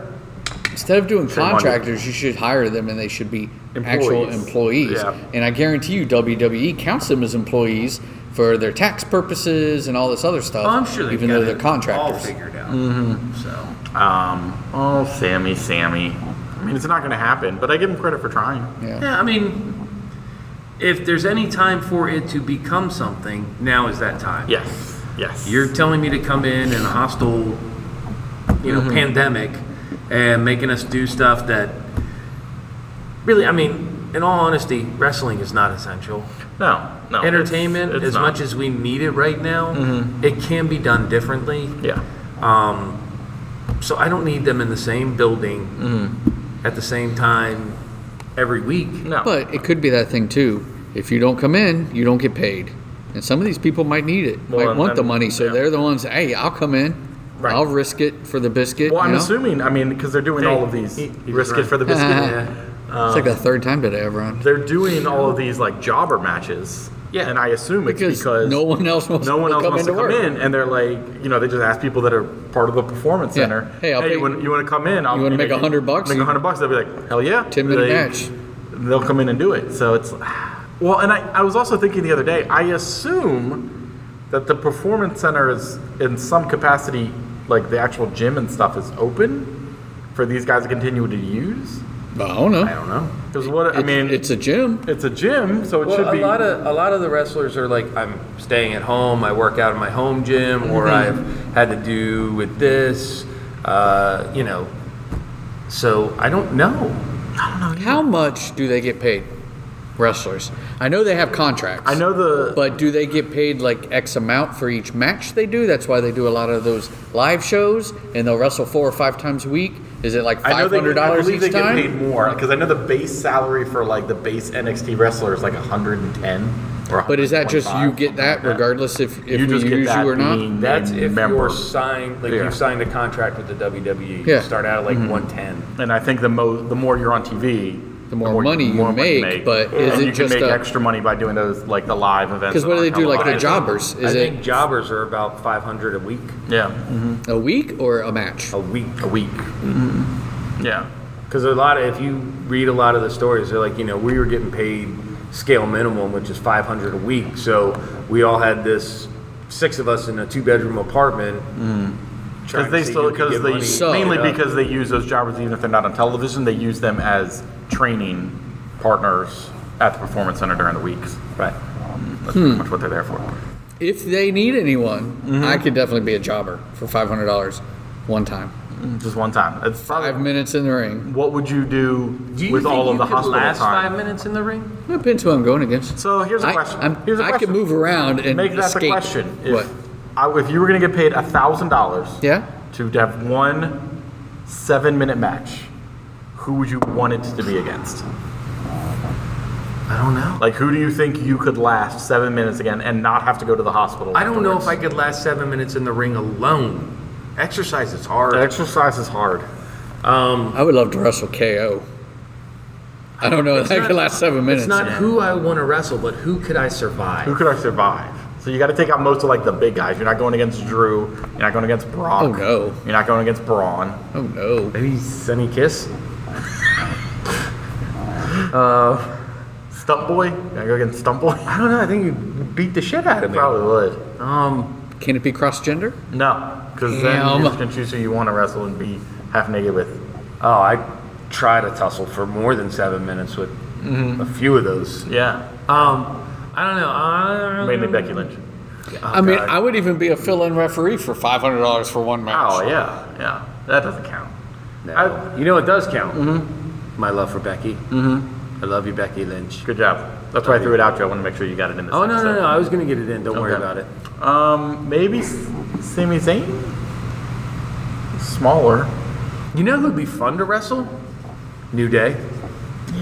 E: Instead of doing
F: money.
E: contractors, you should hire them and they should be actual
F: Employees.
E: employees.
F: Yeah.
E: And I guarantee you, WWE counts them as employees for their tax purposes and all this other stuff.
F: Oh,
C: I'm sure they've
E: even
C: got
E: though
C: it
E: they're
C: All
E: contractors.
C: figured out. So.
F: um, oh, Sammy, Sammy." I mean, it's not going to happen, but I give him credit for trying.
E: Yeah.
C: Yeah, I mean, if there's any time for it to become something, now is that time.
F: Yes. Yes.
C: You're telling me to come in in a hostile, you know, pandemic and making us do stuff that really, I mean, in all honesty, wrestling is not essential.
F: no. No. it's-
C: Entertainment,
F: it's
C: as
F: not.
C: much as we need it right now, it can be done differently.
F: Yeah.
C: So I don't need them in the same building at the same time every week.
F: No.
E: But it could be that thing too. If you don't come in, you don't get paid. And some of these people might need it,
F: Well,
E: might
F: and-
E: want the
F: and-
E: money, so
F: yeah.
E: they're the ones. Hey, I'll come in.
F: Right.
E: I'll risk it for the biscuit.
F: well, I'm
E: you <laughs> know?
F: assuming. I mean, because they're doing
C: Hey,
F: all of these.
C: he- he's
F: risk it
C: right.
F: for
E: <laughs>
F: the biscuit.
E: Uh-huh. it's
F: Um,
E: like the third time today I've run.
F: They're doing all of these like jobber matches.
C: Yeah.
F: And I assume it's
E: Because,
F: because,
E: no one else wants
F: no
E: to
F: one else
E: come
F: wants
E: into
F: to come
E: work.
F: in, and they're like, you know, they just ask people that are part of the performance
E: Yeah.
F: center.
E: Hey, I'll pay-
F: you, want, you want to come in? I'll,
E: You wanna make
F: know,
E: 100 bucks?
F: Make a hundred bucks. They'll be like, hell yeah.
E: 10 minute
F: They-
E: match.
F: They'll come in and do it. So it's well, and I, I was also thinking the other day. I assume that the performance center is in some capacity, like the actual gym and stuff, is open for these guys to continue to use.
E: But I don't know.
C: I don't know.
F: Because what I
E: It's-
F: mean,
E: it's a gym.
F: it's a gym, so it
C: Well,
F: should
C: a
F: be
C: lot of a lot of the wrestlers are like, I'm staying at home. I work out in my home gym, or I've had to do with this, uh, you know. So I don't know.
E: How much do they get paid, wrestlers? I know they have contracts.
F: I know the
E: But do they get paid like X amount for each match they do? That's why they do a lot of those live shows, and they'll wrestle four or five times a week. Is it like
F: I know
E: five
F: they,
E: hundred
F: I
E: dollars
F: believe they
E: each
F: get paid
E: time?
F: more because I know the base salary for like the base NXT wrestler is like 110 or.
E: But is that just you
F: 125,
E: get that
F: something like
E: regardless if, if we
F: You just get
E: use
F: that
E: you or not?
F: being-
C: That's
F: And
C: if
F: member.
C: you're signed, like
F: Mm-hmm. Yeah.
C: you've signed a contract with the WWE.
E: Yeah.
C: You start out at like 110.
F: And I think the mo the more you're on TV,
E: The more money you make, but is
F: and
E: it
F: you
E: just
F: can make
E: a-
F: extra money by doing those like the live events?
E: Because what do
F: that
E: they do?
F: aren't
E: Like the
F: televised.
E: jobbers? Is
C: I
E: it
C: think jobbers are about 500 a week.
F: Yeah,
E: a week or a match?
C: A week.
F: a week. Mm-hmm. Yeah,
C: Because a lot of, if you read a lot of the stories, they're like, you know, we were getting paid scale minimum, which is 500 a week. So we all had this, six of us in a two bedroom apartment. Mm.
F: because they still because they
E: So-
F: mainly
C: Yeah.
F: because they use those jobbers even if they're not on television, they use them as training partners at the performance center during the weeks. Um,
C: Right.
F: That's
E: Hmm.
F: pretty much what they're there for.
E: If they need anyone,
F: Mm-hmm.
E: I could definitely be a jobber for five hundred dollars one time.
F: Just one time. It's probably-
E: Five minutes in the ring.
F: What would you do, with all of the hospital
C: last
F: time?
C: five minutes in the ring?
E: Depends who I'm going against.
F: So here's a
E: I-
F: question.
E: I'm-
F: here's a
E: I can
F: question.
E: move around and
F: Make that the
E: escape.
F: question. If,
E: What?
F: I, if you were going to get paid thousand dollars
E: Yeah.
F: to have one seven-minute match, who would you want it to be against?
C: I don't know.
F: Like, who do you think you could last seven minutes again and not have to go to the hospital?
C: I don't know if I
F: afterwards?
C: could last seven minutes in the ring alone. Exercise is hard.
F: Exercise is hard.
C: Um,
E: I would love to wrestle KO. I don't know. That could last seven minutes.
C: it's not who I want to wrestle, but who could I survive?
F: Who could I survive? So you got to take out most of like the big guys. You're not going against Drew. You're not going against Brock.
E: Oh, no.
F: You're not going against Braun.
E: oh no.
C: Maybe Sunny Kiss?
F: Stump Boy? Can I go against Stump Boy? <laughs>
C: I don't know. I think you beat the shit out
F: I
C: of me.
F: probably would.
C: Um,
E: Can it be cross gender?
F: No, because then
E: Damn.
F: you just can choose who you want to wrestle and be half naked with.
C: oh, I tried to tussle for more than seven minutes with a few of those.
F: Yeah,
C: Mm-hmm. Um, I don't know. I,
F: mainly Becky Lynch. Oh,
E: I mean, I would even be a fill-in referee for five hundred dollars for one match.
F: Oh yeah, yeah. That doesn't count.
C: No.
F: I-
C: you know, it does count. My love for Becky. Mm-hmm. I love you, Becky Lynch.
F: Good job. That's why I threw it out. to you. I want to make sure you got it in this.
C: Oh, no, no,
F: episode.
C: no. I was going to get it in. Don't worry
F: Okay.
C: about it.
F: Um, maybe S- Sami Zayn. Smaller.
C: You know who'd be fun to wrestle? New Day.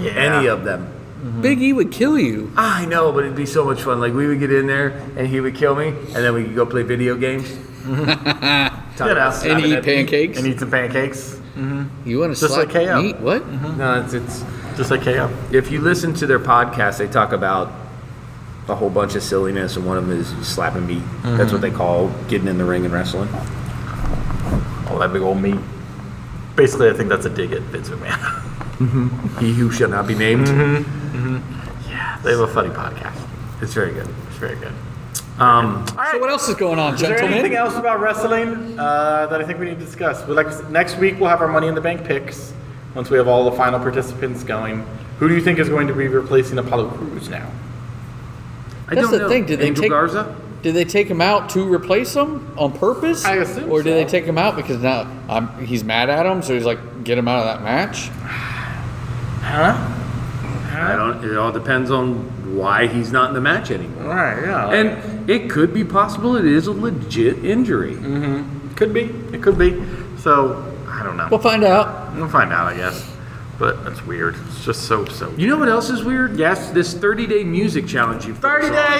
F: Yeah.
C: Any of them. Ah,
E: Big E would kill you.
C: I know, but it'd be so much fun. Like we would get in there, and he would kill me, and then we could go play video games. Talk
F: Good
C: <laughs> about
F: ass.
E: And
C: slapping
E: eat
C: that beat.
E: pancakes.
F: And eat some pancakes,
E: you want to
F: Just
E: slap
F: like KO.
E: meat? What?
C: No, it's, it's
F: just like KO.
C: if you listen to their podcast, they talk about a whole bunch of silliness, and one of them is slapping meat. That's what they call getting in the ring and wrestling.
F: All that big old meat. Basically, I think that's a dig at Vince McMahon. <laughs>
C: He who shall not be named.
F: Mm-hmm. they have a funny podcast.
C: It's very good.
F: It's very good.
C: Um,
E: So what else is going on,
F: Is there anything
E: gentlemen?
F: else about wrestling uh, that I think we need to discuss? But like next week, we'll have our Money in the Bank picks once we have all the final participants going. Who do you think is going to be replacing Apollo Crews now?
C: I
E: That's
C: don't
E: the
C: know.
E: thing. Did they
C: Angel
E: take-
C: Garza?
E: Did they take him out to replace him on purpose?
F: I assume
E: Or did they
F: so.
E: take him out because now I'm, he's mad at him, so he's like, get him out of that match?
F: Huh?
C: I don't. It all depends on why he's not in the match anymore.
F: Right, yeah.
C: And it could be possible it is a legit injury.
F: Mm-hmm. could be. It could be. So, I don't know.
E: We'll find out.
F: We'll find out, I guess. But that's weird. It's just so, so.
C: You know what else is weird?
F: Yes?
C: This 30 day music challenge you
F: 30 day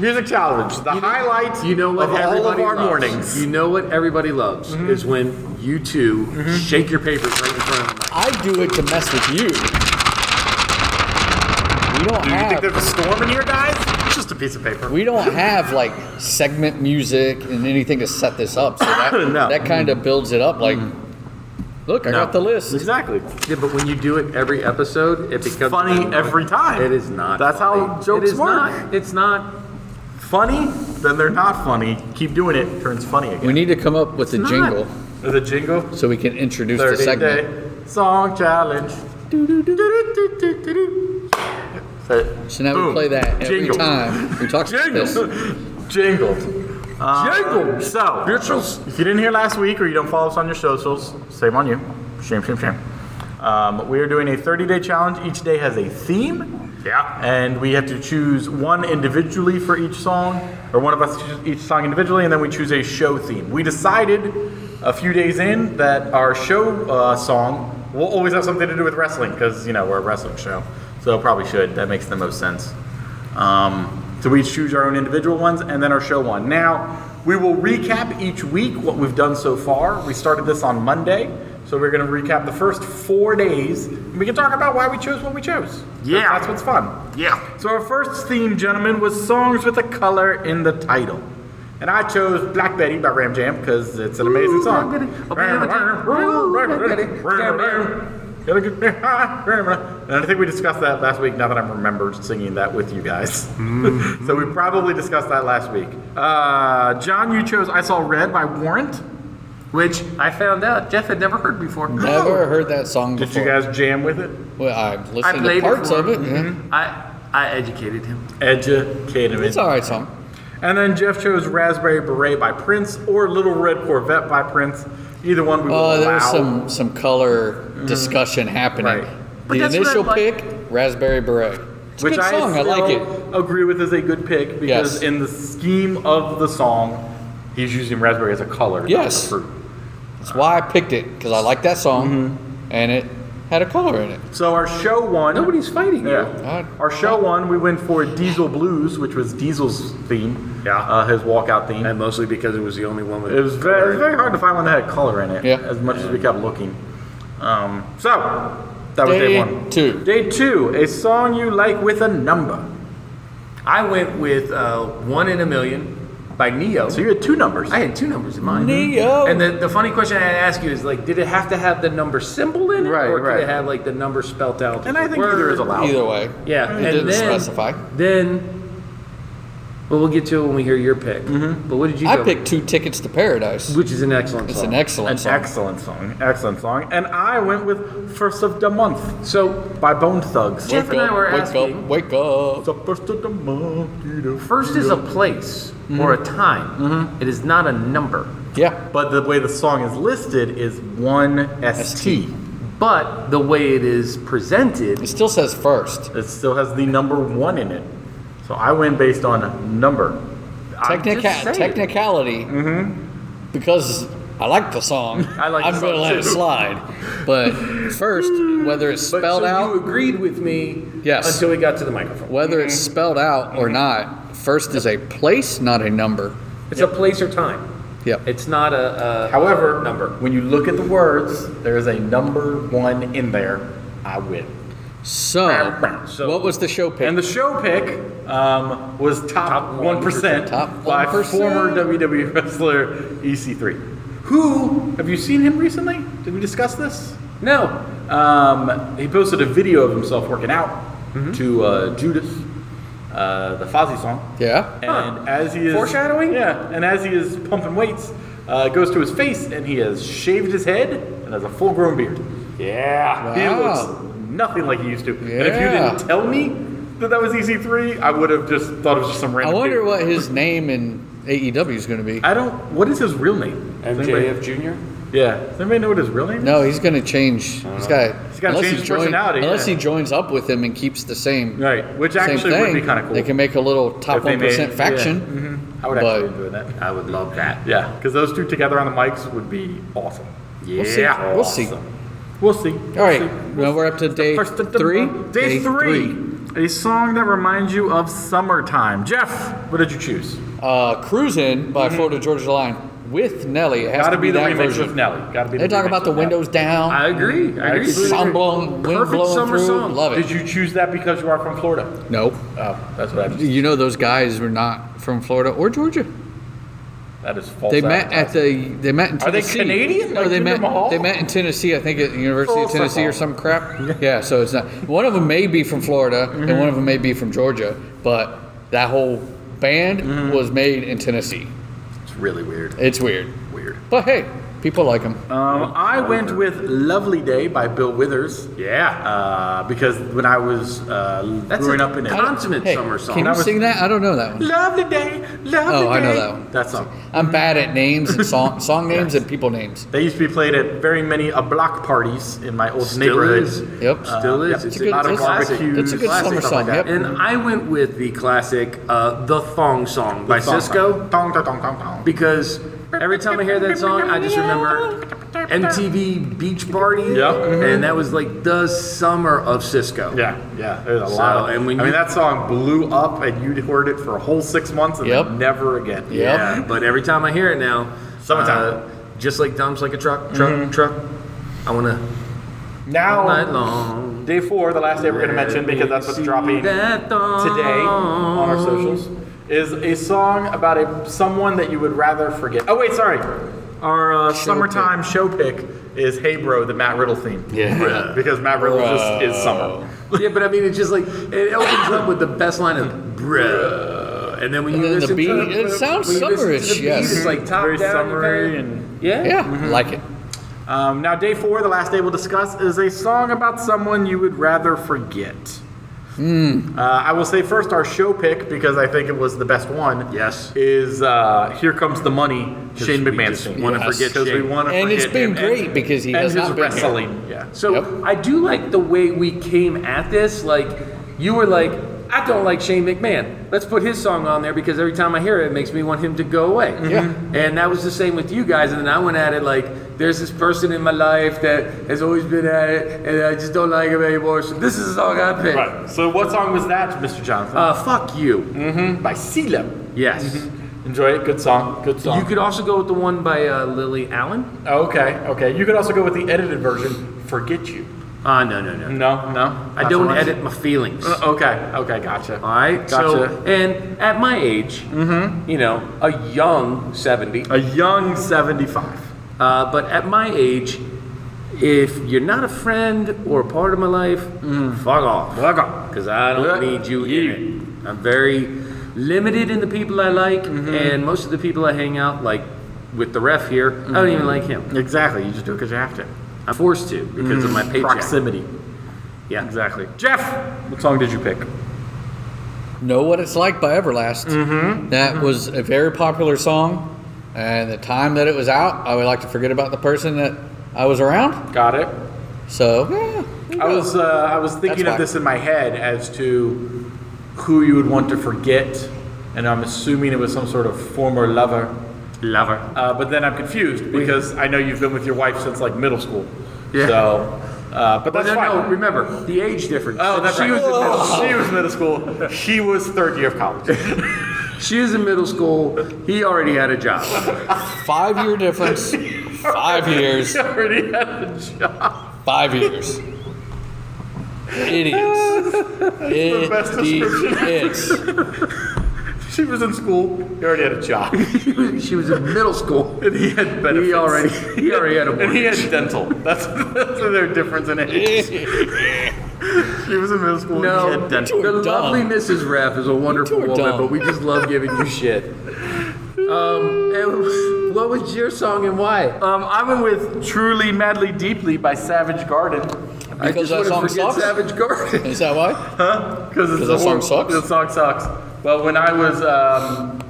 F: music challenge. The highlight
C: You know what
F: of all of
C: everybody
F: our
C: loves.
F: mornings. Mm-hmm.
C: You know what everybody loves is when you 2 shake your papers right in front of them.
E: I do it to mess with you. We don't
F: Do you think
E: have.
F: there's a storm in here, guys? It's just a piece of paper.
E: we don't have like segment music and anything to set this up, so that
F: <coughs> No.
E: that kind of builds it up. Like, look, I got the list.
F: Exactly.
C: Yeah, but when you do it every episode, it becomes
F: Funny every time.
C: It is not.
F: That's
C: funny.
F: how jokes
C: it is
F: work.
C: Not, it's not.
F: Funny, then they're not funny. Keep doing it, turns funny again.
E: We need to come up with a
C: not.
E: jingle
F: The jingle.
E: so we can introduce the
F: 30
E: segment.
F: day song challenge. Say it.
E: So now
F: Boom.
E: we play that every
F: Jingle.
E: time we talk about
F: <laughs> Jingle.
E: this.
F: Jingle.
C: Jingle.
F: So,
C: Virtuals.
F: if you didn't hear last week or you don't follow us on your socials, same on you. Shame, shame, shame. Um, we are doing a 30 day challenge. Each day has a theme.
C: Yeah.
F: And we have to choose one individually for each song, or one of us chooses each song individually, and then we choose a show theme. We decided a few days in that our show uh, song will always have something to do with wrestling, because, you know, we're a wrestling show. So it probably should. That makes the most sense. Um, so we each choose our own individual ones, and then our show one. Now, we will recap each week what we've done so far. We started this on Monday, so we're going to recap the first four days, and we can talk about why we chose what we chose.
C: Yeah.
F: That's what's fun.
C: Yeah.
F: So our first theme, gentlemen, was songs with a color in the title. And I chose Black Betty by Ram Jam because it's an amazing song. And I think we discussed that last week. Now that I'm remembered singing that with you guys, <laughs> so we probably discussed that last week. Uh, John, you chose "I Saw Red" by Warrant.
C: Which I found out Jeff had never heard before.
E: Never heard that song
F: Did
E: before.
F: you guys jam with it?
E: well, I've
C: I
E: listened to
C: played
E: parts
C: it for
E: of it.
C: him.
E: yeah.
F: Mm-hmm.
C: I I educated him.
F: Educate me.
E: It's all right song.
F: And then Jeff chose Raspberry Beret by Prince or Little Red Corvette by Prince. Either one we will
E: Oh, there
F: allow.
E: was some some color discussion happening.
F: Mm. Right.
E: The
C: that's what I
E: initial
C: like.
E: pick, Raspberry Beret. It's a
F: which
E: good song. I,
F: I,
E: like it.
F: still Agree with is a good pick because
E: Yes.
F: in the scheme of the song, he's using raspberry as a color. not
E: Yes.
F: a fruit.
E: That's why I picked it because I like that song,
F: Mm-hmm.
E: and it had a color in it.
F: So our show one.
C: Nobody's fighting you.
F: Yeah.
E: God.
F: Our show one, we went for Diesel Blues, which was Diesel's theme.
C: Yeah.
F: Uh, his walkout theme.
C: And mostly because it was the only one with
F: It was very, it was very hard to find one that had color in it.
E: Yeah.
F: As much as we kept looking. Um, so that was day,
E: Day
F: one.
E: two.
F: Day two, a song you like with a number.
C: I went with uh, One in a Million by Neo.
F: So you had two numbers.
C: I had two numbers in mind.
F: Mm-hmm.
E: Neo.
C: And the, the funny question I had to ask you is like, did it have to have the number symbol in it,
F: Right,
C: or
F: right.
C: did it have like the number spelt out?
F: and I think
C: Word.
F: either is allowed.
E: Either way,
C: Yeah,
E: it
C: and
E: didn't
C: then,
E: specify.
C: Then, well, we'll get to it when we hear your pick.
F: Mm-hmm.
C: But what did you?
E: I
C: go
E: picked Two Tickets to Paradise.
C: with? which is an excellent
E: It's
C: song.
E: an excellent
F: An
E: song.
F: excellent song. Excellent song. And I went with First of the Month
C: so
F: by Bone Thugs.
C: Jeff and I were
E: wake
C: asking.
E: up, wake up.
F: The first of the month. you know.
C: First is a place or
F: Mm-hmm.
C: a time. It is not a number.
E: Yeah,
F: But the way the song is listed is 1ST.
C: But the way it is presented,
E: it still says first.
F: It still has the number one in it. So I win based on number.
C: I'm just
E: Technica-
C: saying.
E: technicality, because I like the song.
F: Mm-hmm. <laughs> I like the
E: I'm gonna
F: song,
E: let it
F: too.
E: slide. But first, whether it's
C: but
E: spelled
C: so you
E: out,
C: agreed with me
E: Yes.
C: until we got to the microphone.
E: whether it's
F: Mm-hmm.
E: spelled out or not, first is a place, not a number.
C: It's a place or time.
E: Yep.
C: It's not a, a
F: However,
C: number.
F: when you look at the words, there is a number one in there. I win.
E: So,
F: So-
E: what was the show pick?
F: And the show pick um, was top one percent
E: Top
F: by
E: 1%.
F: former WWE wrestler EC3. Who have you seen him recently? Did we discuss this?
C: No,
F: Um, he posted a video of himself working out to uh, Judas, uh, the Fozzy song.
E: yeah.
F: And as he is
C: Foreshadowing?
F: yeah, and as he is pumping weights, uh, it goes to his face, and he has shaved his head and has a full-grown beard. Yeah, he
E: Wow.
F: looks nothing like he used to. And if you
E: Ah. Yeah.
F: didn't tell me, that that was EC3, I would have just thought it was just some
E: I
F: random.
E: wonder
F: dude.
E: what his name in AEW is going to be.
F: I don't. What is his real name? Does anybody-
C: MJF Jr.
F: yeah. Does anybody know what his real name? is?
E: No, he's going to change. He's got.
F: He's gotta change his personality,
E: Unless
F: yeah.
E: he joins up with him and keeps the same.
F: Right. Which
E: same
F: actually
E: thing,
F: would be kind of cool.
E: They can make a little top
F: If they
E: one
F: made- Mm-hmm.
E: percent faction.
F: I would
E: but-
F: actually enjoy that.
C: I would love that.
F: Yeah, because those two together on the mics would be awesome.
C: Yeah.
E: see. We'll see.
F: We'll see.
E: All right, now we're up to day three.
F: Day, three. A song that reminds you of summertime. Jeff, what did you choose?
E: Uh, Cruisin' by Florida Georgia Line with Nelly. It has
F: Mm-hmm. Gotta
E: to
F: be the
E: that
F: remix
E: version.
F: of Nelly. Gotta be.
E: They
F: the
E: talk
F: remix
E: about the
F: of Nelly.
E: windows down.
C: I agree. I agree.
F: Absolutely.
E: Sun blowing, wind
F: Perfect
E: blowing
F: summer
E: through.
F: song.
E: Love it.
F: Did you choose that because you are from Florida?
E: no,
F: Oh, that's what I just.
E: you know those guys were not from Florida or Georgia.
F: That is false.
E: They met at the. They met in
F: Are they
E: Tennessee.
F: Canadian,
E: No,
F: like
E: they
F: Jinder
E: met.
F: Mahal?
E: They met in Tennessee. I think at the University of
F: False
E: Tennessee or
F: Mahal.
E: some crap. Yeah. So it's not. One of them may be from Florida,
F: Mm-hmm.
E: and one of them may be from Georgia. But that whole band
F: Mm-hmm.
E: was made in Tennessee.
F: It's really weird.
E: It's weird,
F: Weird.
E: but hey, people like them.
F: Um, I went with "Lovely Day" by Bill Withers.
C: Yeah.
F: Uh, because when I was uh, growing
C: a
F: up in it,
C: Consummate
E: Hey,
C: summer
E: Can
C: song.
E: you
F: was-
E: sing that? I don't know that one.
F: "Lovely Day," "Lovely
E: Oh, I know
F: Day."
E: that one.
F: That song.
E: I'm bad at names and song song names and people names.
F: They used to be played at very many uh, block parties in my old
C: Still
F: neighborhood. Uh,
C: is.
E: Yep.
C: Still is.
F: yep.
C: It's
E: a good-
F: lot of
E: it's-
F: barbecues.
E: it's a good
F: classic,
E: summer
F: stuff like
E: song,
F: that.
E: yep.
C: And I went with the classic uh, The Thong Song by
F: Song,
C: Cisco
F: song. Dong, dong, dong, dong, dong.
C: because every time I hear that song, I just remember MTV Beach Party.
F: Yep. Mhm.
C: And that was like the summer of Cisco.
F: Yeah, yeah. There's a
C: So,
F: lot. Of,
C: and when
F: I
C: you-
F: mean, that song blew up, and you heard it for a whole six months, and
E: Yep.
F: then never again.
E: Yep.
C: Yeah, Uh, but every time I hear it now, uh,
F: Summertime. Mm-hmm.
C: just like Dom's like a truck, truck, truck. I wanna all night
F: Now,
C: long.
F: day four, the last day we're going to mention because that's what's dropping today
C: That
F: on our socials, is a song about a someone that you would rather forget. Oh wait, sorry. Our uh, summertime show pick is "Hey Bro," the Matt Riddle theme.
E: Yeah.
F: <laughs> because Matt Riddle just is summer.
C: yeah, but I mean, it's just like it opens up with the best line of "bruh," and then when you
E: And then the
C: listen
E: beat-
C: to
E: it sounds
C: when you listen to the
E: summerish,
C: beat,
E: yes.
C: it's like top
F: Very
C: down,
F: summery
C: kinda-
F: and
C: yeah.
E: Yeah, like it.
F: Um, now, day four, the last day we'll discuss, is a song about someone you would rather forget. Uh, I will say first our show pick because I think it was the best one.
C: Yes.
F: is uh, "Here Comes the Money," Shane
C: we
F: McMahon's
C: just
F: theme.
C: wanna
E: Yes.
C: forget
F: 'Cause we
C: Shane.
F: wanna
E: And it's
F: forget
E: been
F: him and-
E: great because he
F: and
E: has
F: his
E: not been here.
F: wrestling. Yeah,
C: So
E: Yep.
C: I do like the way we came at this. Like you were like, I don't like Shane McMahon. Let's put his song on there because every time I hear it, it makes me want him to go away.
E: Mm-hmm. Yeah.
C: And that was the same with you guys. And then I went at it like, there's this person in my life that has always been at it, and I just don't like him anymore. So this is the song I picked.
F: right. So, what song was that, Mr. Jonathan?
C: Uh, fuck
E: Mm-hmm.
C: you.
F: By CeeLo.
C: Yes.
F: Enjoy it. Good song. Good song.
C: You could also go with the one by uh, Lily Allen.
F: okay, okay. You could also go with the edited version. Forget you.
C: Ah, no, no, no.
F: No, no.
C: I don't edit my feelings.
F: Okay, okay, gotcha.
C: All right. So,
F: Gotcha.
C: and at my age, you know, a young 70,
F: A young 75.
C: uh, but at my age, if you're not a friend or a part of my life, fuck off. Mm-hmm. Fuck off. Because I don't
F: Yeah.
C: need you in it. I'm very limited in the people I like, and most of the people I hang out like with the ref here, I don't even like him.
F: Exactly. You just do it because you have to.
C: I'm forced to because of my paycheck.
F: Proximity.
C: Yeah.
F: Exactly. Jeff, what song did you pick?
E: Know What It's Like by Everlast. That was a very popular song. And the time that it was out, I would like to forget about the person that I was around.
F: Got it.
E: So, yeah.
F: I was uh, I was thinking
E: That's
F: of this in my head as to who you would want to forget, and I'm assuming it was some sort of former lover.
C: Lover.
F: Uh, but then I'm confused because I know you've been with your wife since like middle school. Yeah. So, uh, but
C: But
F: that's
C: no,
F: fine.
C: no, remember, the age difference.
F: Oh, that's
C: she
F: right.
C: was in middle school.
F: she was in middle school. She was third year of college.
C: She was in middle school. He already had a job.
E: Five year difference. Five
F: <laughs>
E: years.
F: She already had a job.
E: Five years. Idiots.
F: best description. <laughs>
E: Idiots.
F: She was in school. He already had a job.
C: she was in middle school.
F: And he had benefits.
C: He already, he already had a
F: <laughs> And he
C: mortgage.
F: had dental. That's, that's their difference in age. <laughs> She was in middle school and he
C: No,
F: had
C: the
F: dental.
E: dumb.
C: lovely Mrs. Raff is a wonderful
E: You two are
C: woman,
E: dumb.
C: but we just love giving you shit. Um, and what was your song and why?
F: Um, I went with Truly Madly Deeply by Savage Garden.
G: I
E: Because
G: just
E: that song
G: want to forget
E: sucks?
G: Savage Garden.
E: Is that why?
F: Because it's
E: 'Cause
F: a
E: that song
F: horrible-
E: sucks?
F: The song sucks. But when I was um,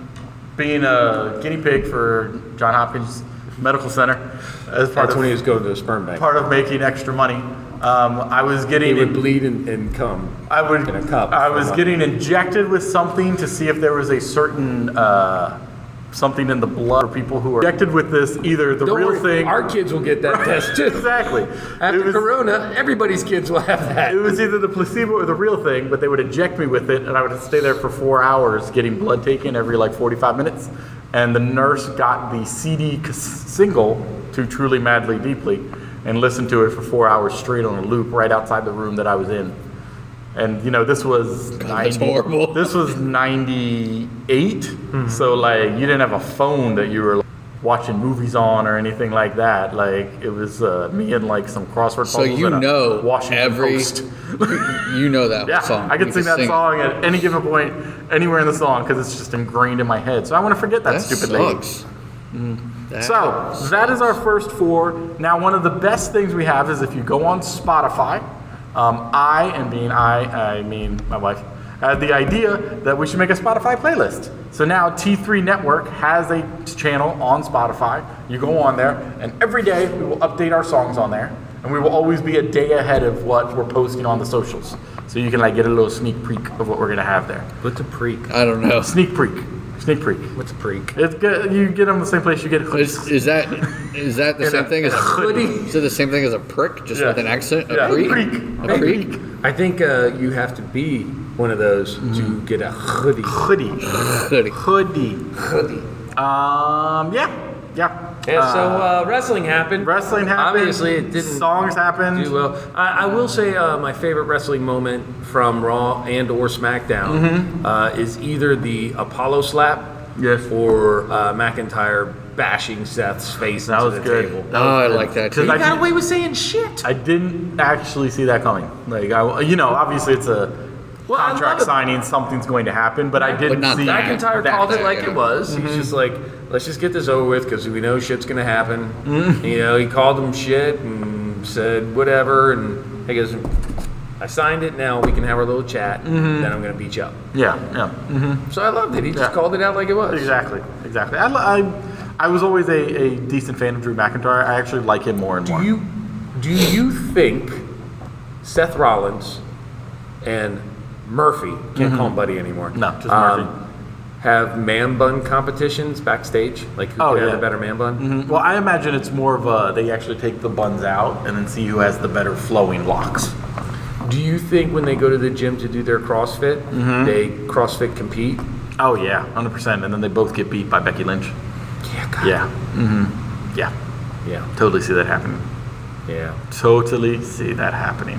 F: being a guinea pig for John Hopkins Medical Center, as part
C: That's
F: of
C: when he was going to the sperm bank.
F: part of making extra money, um, I was
C: He
F: getting
C: would bleed and, and come.
F: I would
C: in a cup.
F: I was getting injected with something to see if there was a certain uh, something in the blood for people who are injected with this either the
G: Don't
F: real
G: worry,
F: thing
G: our kids will get that test
C: <laughs>
G: too.
F: exactly
G: After
F: It was-
G: Corona, everybody's kids will have that.
F: It was either the placebo or the real thing, but they would inject me with it, and I would stay there for four hours getting blood taken every like 45 minutes. And the nurse got the CD c- single to Truly Madly Deeply and listened to it for four hours straight on a loop right outside the room that I was in. And you know, this was 90,
E: horrible.
F: this was 98, so like you didn't have a phone that you were like, watching movies on or anything like that. Like it was uh, me and like some crossword
E: So
F: puzzles
E: you
F: and a
E: know
F: Washington
E: every-
F: Post.
E: You know that
F: Yeah,
E: song.
F: I
E: You
F: can sing that
E: it.
F: song at any given point, anywhere in the song, because it's just ingrained in my head. So I want to forget that,
E: That
F: stupid lady.
E: sucks. Mm.
F: So that is our first four. Now, one of the best things we have is if you go on Spotify, um, I, and being I, I mean my wife, had the idea that we should make a Spotify playlist. So now T3 Network has a channel on Spotify. You go on there, and every day we will update our songs on there, and we will always be a day ahead of what we're posting on the socials. So you can like get a little sneak peek of what we're gonna have there.
C: What's a preak?
E: I don't know.
F: Sneak peek, sneak peek.
C: What's a preak?
F: It's good. You get them the same place you get.
E: Is, is that is that the
F: In
E: same
F: a
E: thing as a
F: hoodie.
E: Is it the same thing as a prick, just
F: Yeah.
E: with an accent? A
F: Yeah,
E: creek?
F: creek.
E: A
F: A
E: creek?
F: creek.
C: I think uh, you have to be one of those
F: Mm-hmm.
C: to get a hoodie.
F: hoodie.
E: Hoodie.
F: Hoodie. Um, yeah, yeah.
C: And so uh, wrestling happened.
F: Wrestling happened.
C: Obviously, it didn't
F: Songs happened.
C: do well. I, I will say uh, my favorite wrestling moment from Raw and or SmackDown uh, is either the Apollo slap
F: Mm-hmm. Yes.
C: or uh, McIntyre bashing Seth's face
F: That
C: into
F: was
C: the
F: good.
C: table.
F: That
E: Oh,
F: was
E: I
F: good.
E: like that
F: 'Cause
E: too.
F: I
C: He got
F: didn't-
C: away with saying shit.
F: I didn't actually see that coming. Like I, you know, obviously it's a
C: Well, I love
F: contract
C: it.
F: signing. Something's going to happen, but I didn't
E: not
F: see
E: that.
C: McIntyre
F: that.
C: called it like
E: yeah.
C: it was.
F: Mm-hmm.
C: He's just like, let's just get this over with because we know shit's gonna happen.
F: Mm-hmm.
C: You know, he called him shit and said whatever, and he goes, I signed it. Now we can have our little chat. Then I'm gonna beat you up.
F: Yeah, yeah.
C: Mm. So I loved it. He just
F: Mm-hmm. Yeah.
C: called it out like it was.
F: Exactly, exactly. I, I, I was always a, a decent fan of Drew McIntyre. I actually like him more and more.
C: Do you do you think Seth Rollins and Murphy can't call him buddy anymore?
F: Mm-hmm.
C: um,
F: No, just Murphy.
C: Have man bun competitions backstage, like who
F: Oh,
C: could have
F: yeah.
C: the better man bun?
F: Mhm. Well, I imagine it's more of a they actually take the buns out and then see who has the better flowing locks.
C: Do you think when they go to the gym to do their CrossFit, they CrossFit compete?
F: Oh yeah, hundred percent. And then they both get beat by Becky Lynch.
C: Yeah, God.
F: Yeah. hmm Yeah.
C: yeah,
F: Totally see that happening.
C: yeah.
F: Totally see that happening.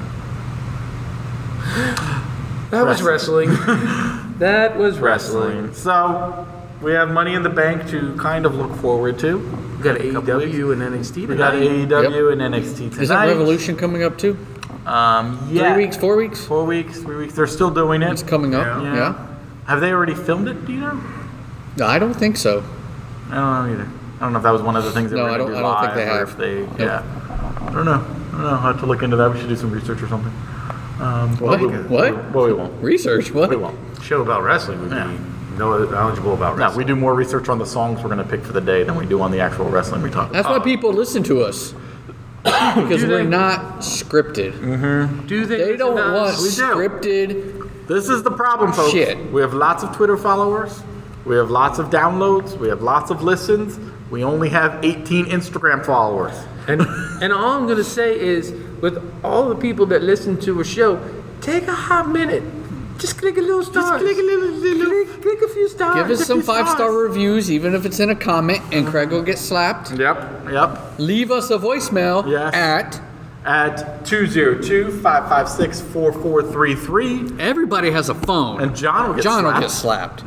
C: That was wrestling. <laughs> that was wrestling.
F: So we have Money in the Bank to kind of look forward to. We got AEW.
C: and NXT.
F: We got AEW and NXT tonight.
E: Is that Revolution coming up too?
F: Um,
E: Three
F: yeah.
E: weeks, four weeks?
F: Four weeks. Three weeks. They're still doing
E: It's
F: it.
E: coming up.
F: Yeah.
E: Yeah.
F: Have they already filmed it? Do you know?
E: No, I don't think so.
F: I don't know either. I don't know if that was one of the things they
E: No,
F: were
E: I
F: going to
E: don't-
F: do
E: I don't think
F: live
E: they
F: or
E: have.
F: if they,
E: Nope.
F: yeah. I don't know. I don't know. I'll have to look into that. We should do some research or something. Um, but
E: What?
F: we-
E: What?
F: Well, we won't.
E: Research? What?
F: We won't.
C: Show about wrestling would
F: Yeah.
C: be no knowledgeable about
F: No,
C: wrestling.
F: we do more research on the songs we're going to pick for the day than we do on the actual wrestling we talk about.
E: That's why people listen to
F: <coughs>
E: us. Because we're not
F: Mm.
E: scripted.
C: do they?
E: They don't want
F: We do.
E: scripted.
F: This is the problem, folks.
E: Shit.
F: We have lots of Twitter followers. We have lots of downloads. We have lots of listens. We only have 18 Instagram followers.
C: And and all I'm gonna say is, with all the people that listen to a show, take a hot minute. Just click a little star.
F: click a little- little-
C: click, click a few stars.
E: Give us some
F: Fifty stars.
E: five star reviews, even if it's in a comment, and
F: Mm-hmm.
E: Craig will get slapped.
F: Yep. Yep.
E: Leave us a voicemail
F: Yes.
E: at.
F: At 202-556-4433.
E: Everybody has a phone.
F: And John will get
E: John
F: slapped.
E: will get slapped.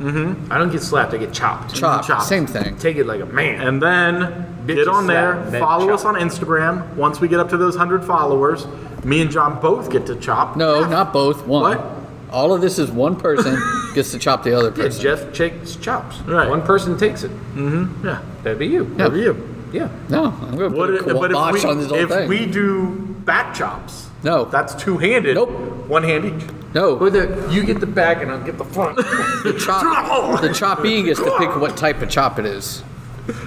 C: I don't get slapped. I get chopped.
E: Chopped.
F: Chopped.
E: Same thing.
C: Take it like a man.
F: And then get on there,
C: slap, then
F: follow
C: chop.
F: us on Instagram. Once we get up to those 100 followers, me and John both get to chop.
E: No, not both. One.
F: What?
E: All of this is one person gets to chop the other
C: Yeah,
E: person.
C: Jeff takes chops.
F: Right.
C: One person takes it. Mm-hmm.
F: Yeah.
C: That'd be you.
E: Yeah.
F: Over you.
C: Yeah.
E: No, I'm going to
F: What
E: put
F: if,
E: a
F: but
E: kibosh
F: if, we,
E: on this whole
F: if
E: thing.
F: we do back chops,
E: No.
F: That's two handed.
E: Nope.
F: One hand each. <laughs>
E: no.
C: you get the back and I'll get the <laughs> front.
E: The chop. The choppee gets to pick what type of chop it is.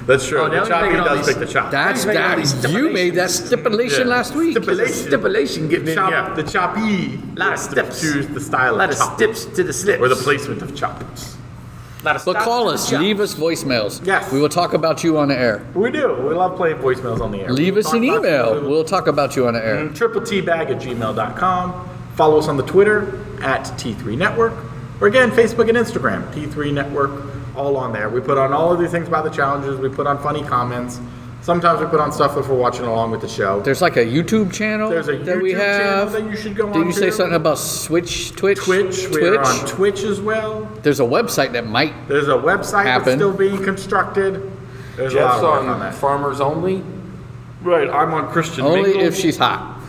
F: That's true.
C: Oh, now
F: the
C: you're making
F: choppy
C: all
F: does
C: these-
F: pick the chop.
E: That's
C: Why you making all
E: that.
C: these
E: You
C: stipulations?
E: made that stipulation
F: Yeah.
E: last week.
F: Stipulation.
C: Stipulation
F: And
C: getting
F: then,
C: in.
F: yeah,
C: Yeah.
F: the choppy likes to
C: steps.
F: choose the style
C: A lot
F: of
C: of
F: chop.
C: steps to the slips.
F: Or the placement of choppers. Not a
E: But
F: stop.
E: call us. Leave us voicemails.
F: Yes.
E: We will talk about you on the air.
F: We do. We love playing voicemails on the air.
E: Leave us an email. We'll talk about you on the air.
F: Triple T bag at gmail.com. Follow us on the Twitter at T3 Network. Or again, Facebook and Instagram, T3 Network, all on there. We put on all of these things about the challenges. We put on funny comments. Sometimes we put on stuff if we're watching along with the show.
E: There's like a YouTube channel
F: There's a
E: that we
F: YouTube channel
E: have.
F: that you should go
E: Did you
F: onto.
E: say something about Switch, Twitch,
F: Twitch, we're on Twitch as well.
E: There's a website that might.
F: There's a website that's
E: Happen.
F: still being constructed. There's
C: Jeff's
F: a lot of work on,
C: on
F: that.
C: farmers only.
F: Right, I'm on Christian
E: Only if she's hot.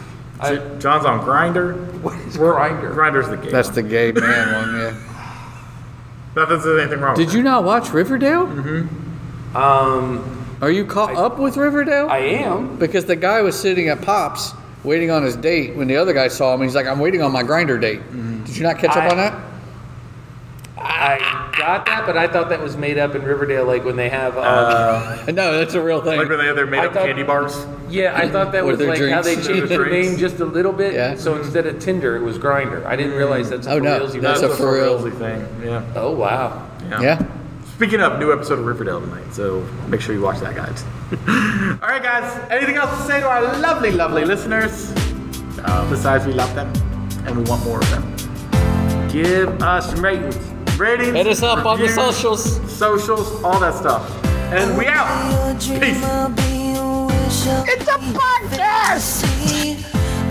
F: John's on Grinder.
C: Grinder.
F: Grinder's the game.
E: That's the gay man one, yeah.
F: Not that there's anything wrong.
E: Did you not watch Riverdale?
C: Um,
E: Are you caught up with Riverdale?
C: I am.
E: because the guy was sitting at Pops waiting on his date when the other guy saw him. He's like, I'm waiting on my grinder date. Did you not catch
C: I-
E: up on that?
C: I got that, but I thought that was made up in Riverdale, like when they have. Um,
E: <laughs> No, that's a real thing.
F: Like when they have their
C: I
F: made-up
C: thought-
F: candy bars.
C: yeah, I thought that
E: Or
C: was
E: their
C: like how they <laughs>
E: drinks.
C: changed the
F: Drinks.
C: name just a little bit.
E: Yeah.
C: So instead of Tinder, it was Grinder. I didn't realize that's a
E: Oh,
C: for
E: no,
C: realsy
E: that's
C: website.
E: a for real.
F: Crazy thing. Yeah.
C: Oh wow.
E: Yeah.
F: Speaking of, new episode of Riverdale tonight, so make sure you watch that, guys. <laughs> All right, guys. Anything else to say to our lovely, lovely listeners? Uh, besides, we love them and we want more of them.
C: Give us ratings.
F: Ratings.
E: Hit us up on the
F: reviews,
E: socials.
F: socials, all that stuff. And we out. Peace.
H: It's a podcast!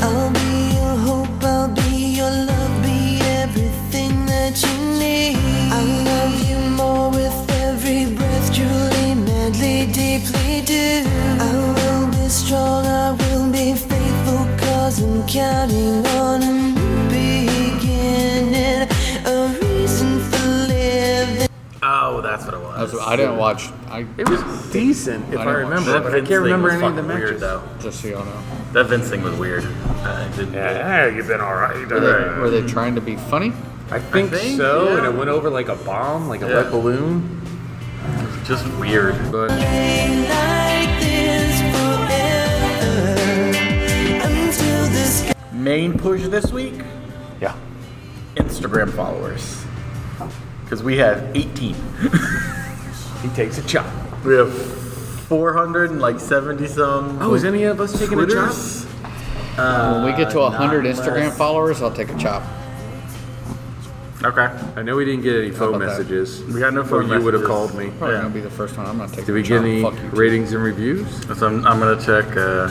H: I'll be your hope, I'll be your love, be everything that you need. I love you more with every breath, truly, madly, deeply do. I will be strong, I will be faithful, cause I'm counting on a new beginning, a reason for living.
F: Oh, that's what it was.
E: That's what- I didn't watch. I
C: It was decent, if I,
E: didn't watch
C: remember, but I can't remember any of the matches.
F: Weird, though.
E: just so y'all know.
F: That Vince thing was weird. Uh, I didn't.
C: Yeah, you've been all right.
E: Were they, were they trying to be funny?
C: I think,
F: think,
C: so,
F: yeah.
C: and it went over like a bomb, like a
F: Yeah.
C: lead balloon.
F: Just weird.
H: like this forever until the sky.
F: Main push this week
C: Yeah.
F: Instagram followers. Because we have 18.
C: <laughs> He takes a chop.
F: We have 400 and like 70 some.
C: Oh, is any of us taking a chop?
F: Twitters.
E: when we get to
F: Uh,
E: 100
F: not
E: Instagram
F: less.
E: followers, I'll take a chop.
F: Okay.
C: I know we didn't get any phone
E: about that?
C: messages.
F: We got no
C: Or
F: phone
C: You would have
F: messages.
C: called me.
E: Probably
F: Yeah.
E: gonna be the first one. I'm not taking
C: Did we
E: a
C: get
E: chop.
C: any
E: Fuck you.
C: ratings and reviews?
F: So I'm, I'm going to check. Uh,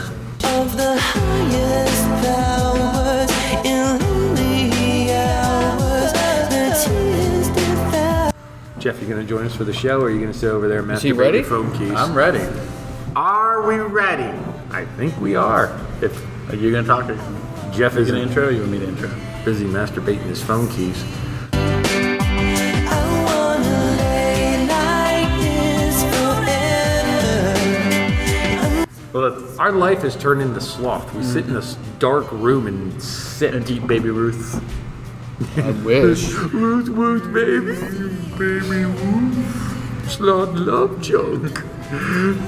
H: of the highest powers in lonely hours. The tears that fell.
C: Jeff, you gonna join us for the show, or are you gonna sit over there and
E: Is he ready?
C: phone keys?
F: I'm ready. Are we ready?
C: I think we are.
F: If, are you going to talk? Are you
C: Jeff is
F: going to intro or you want me to intro?
C: busy masturbating his phone keys.
H: I wanna lay like this forever.
F: Well, let's.
C: Our life has turned into sloth. We sit in this dark room and sit.
F: And deep baby Ruth.
E: I wish.
C: Woot woot baby, baby woot. Slot love junk.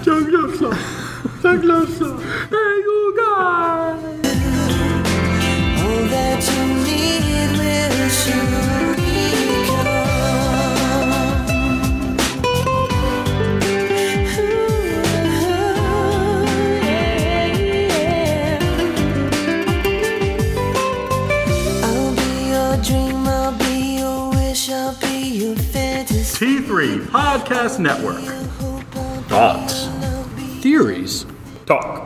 C: Junk love slot. Junk love slot. Hey you guys.
H: All that you need will surely come. I'll be your dream, I'll be your wish, I'll be your fantasy.
F: T3 Podcast Network.
H: Hope I'll
F: Thoughts.
H: be
E: Theories.
F: Talk.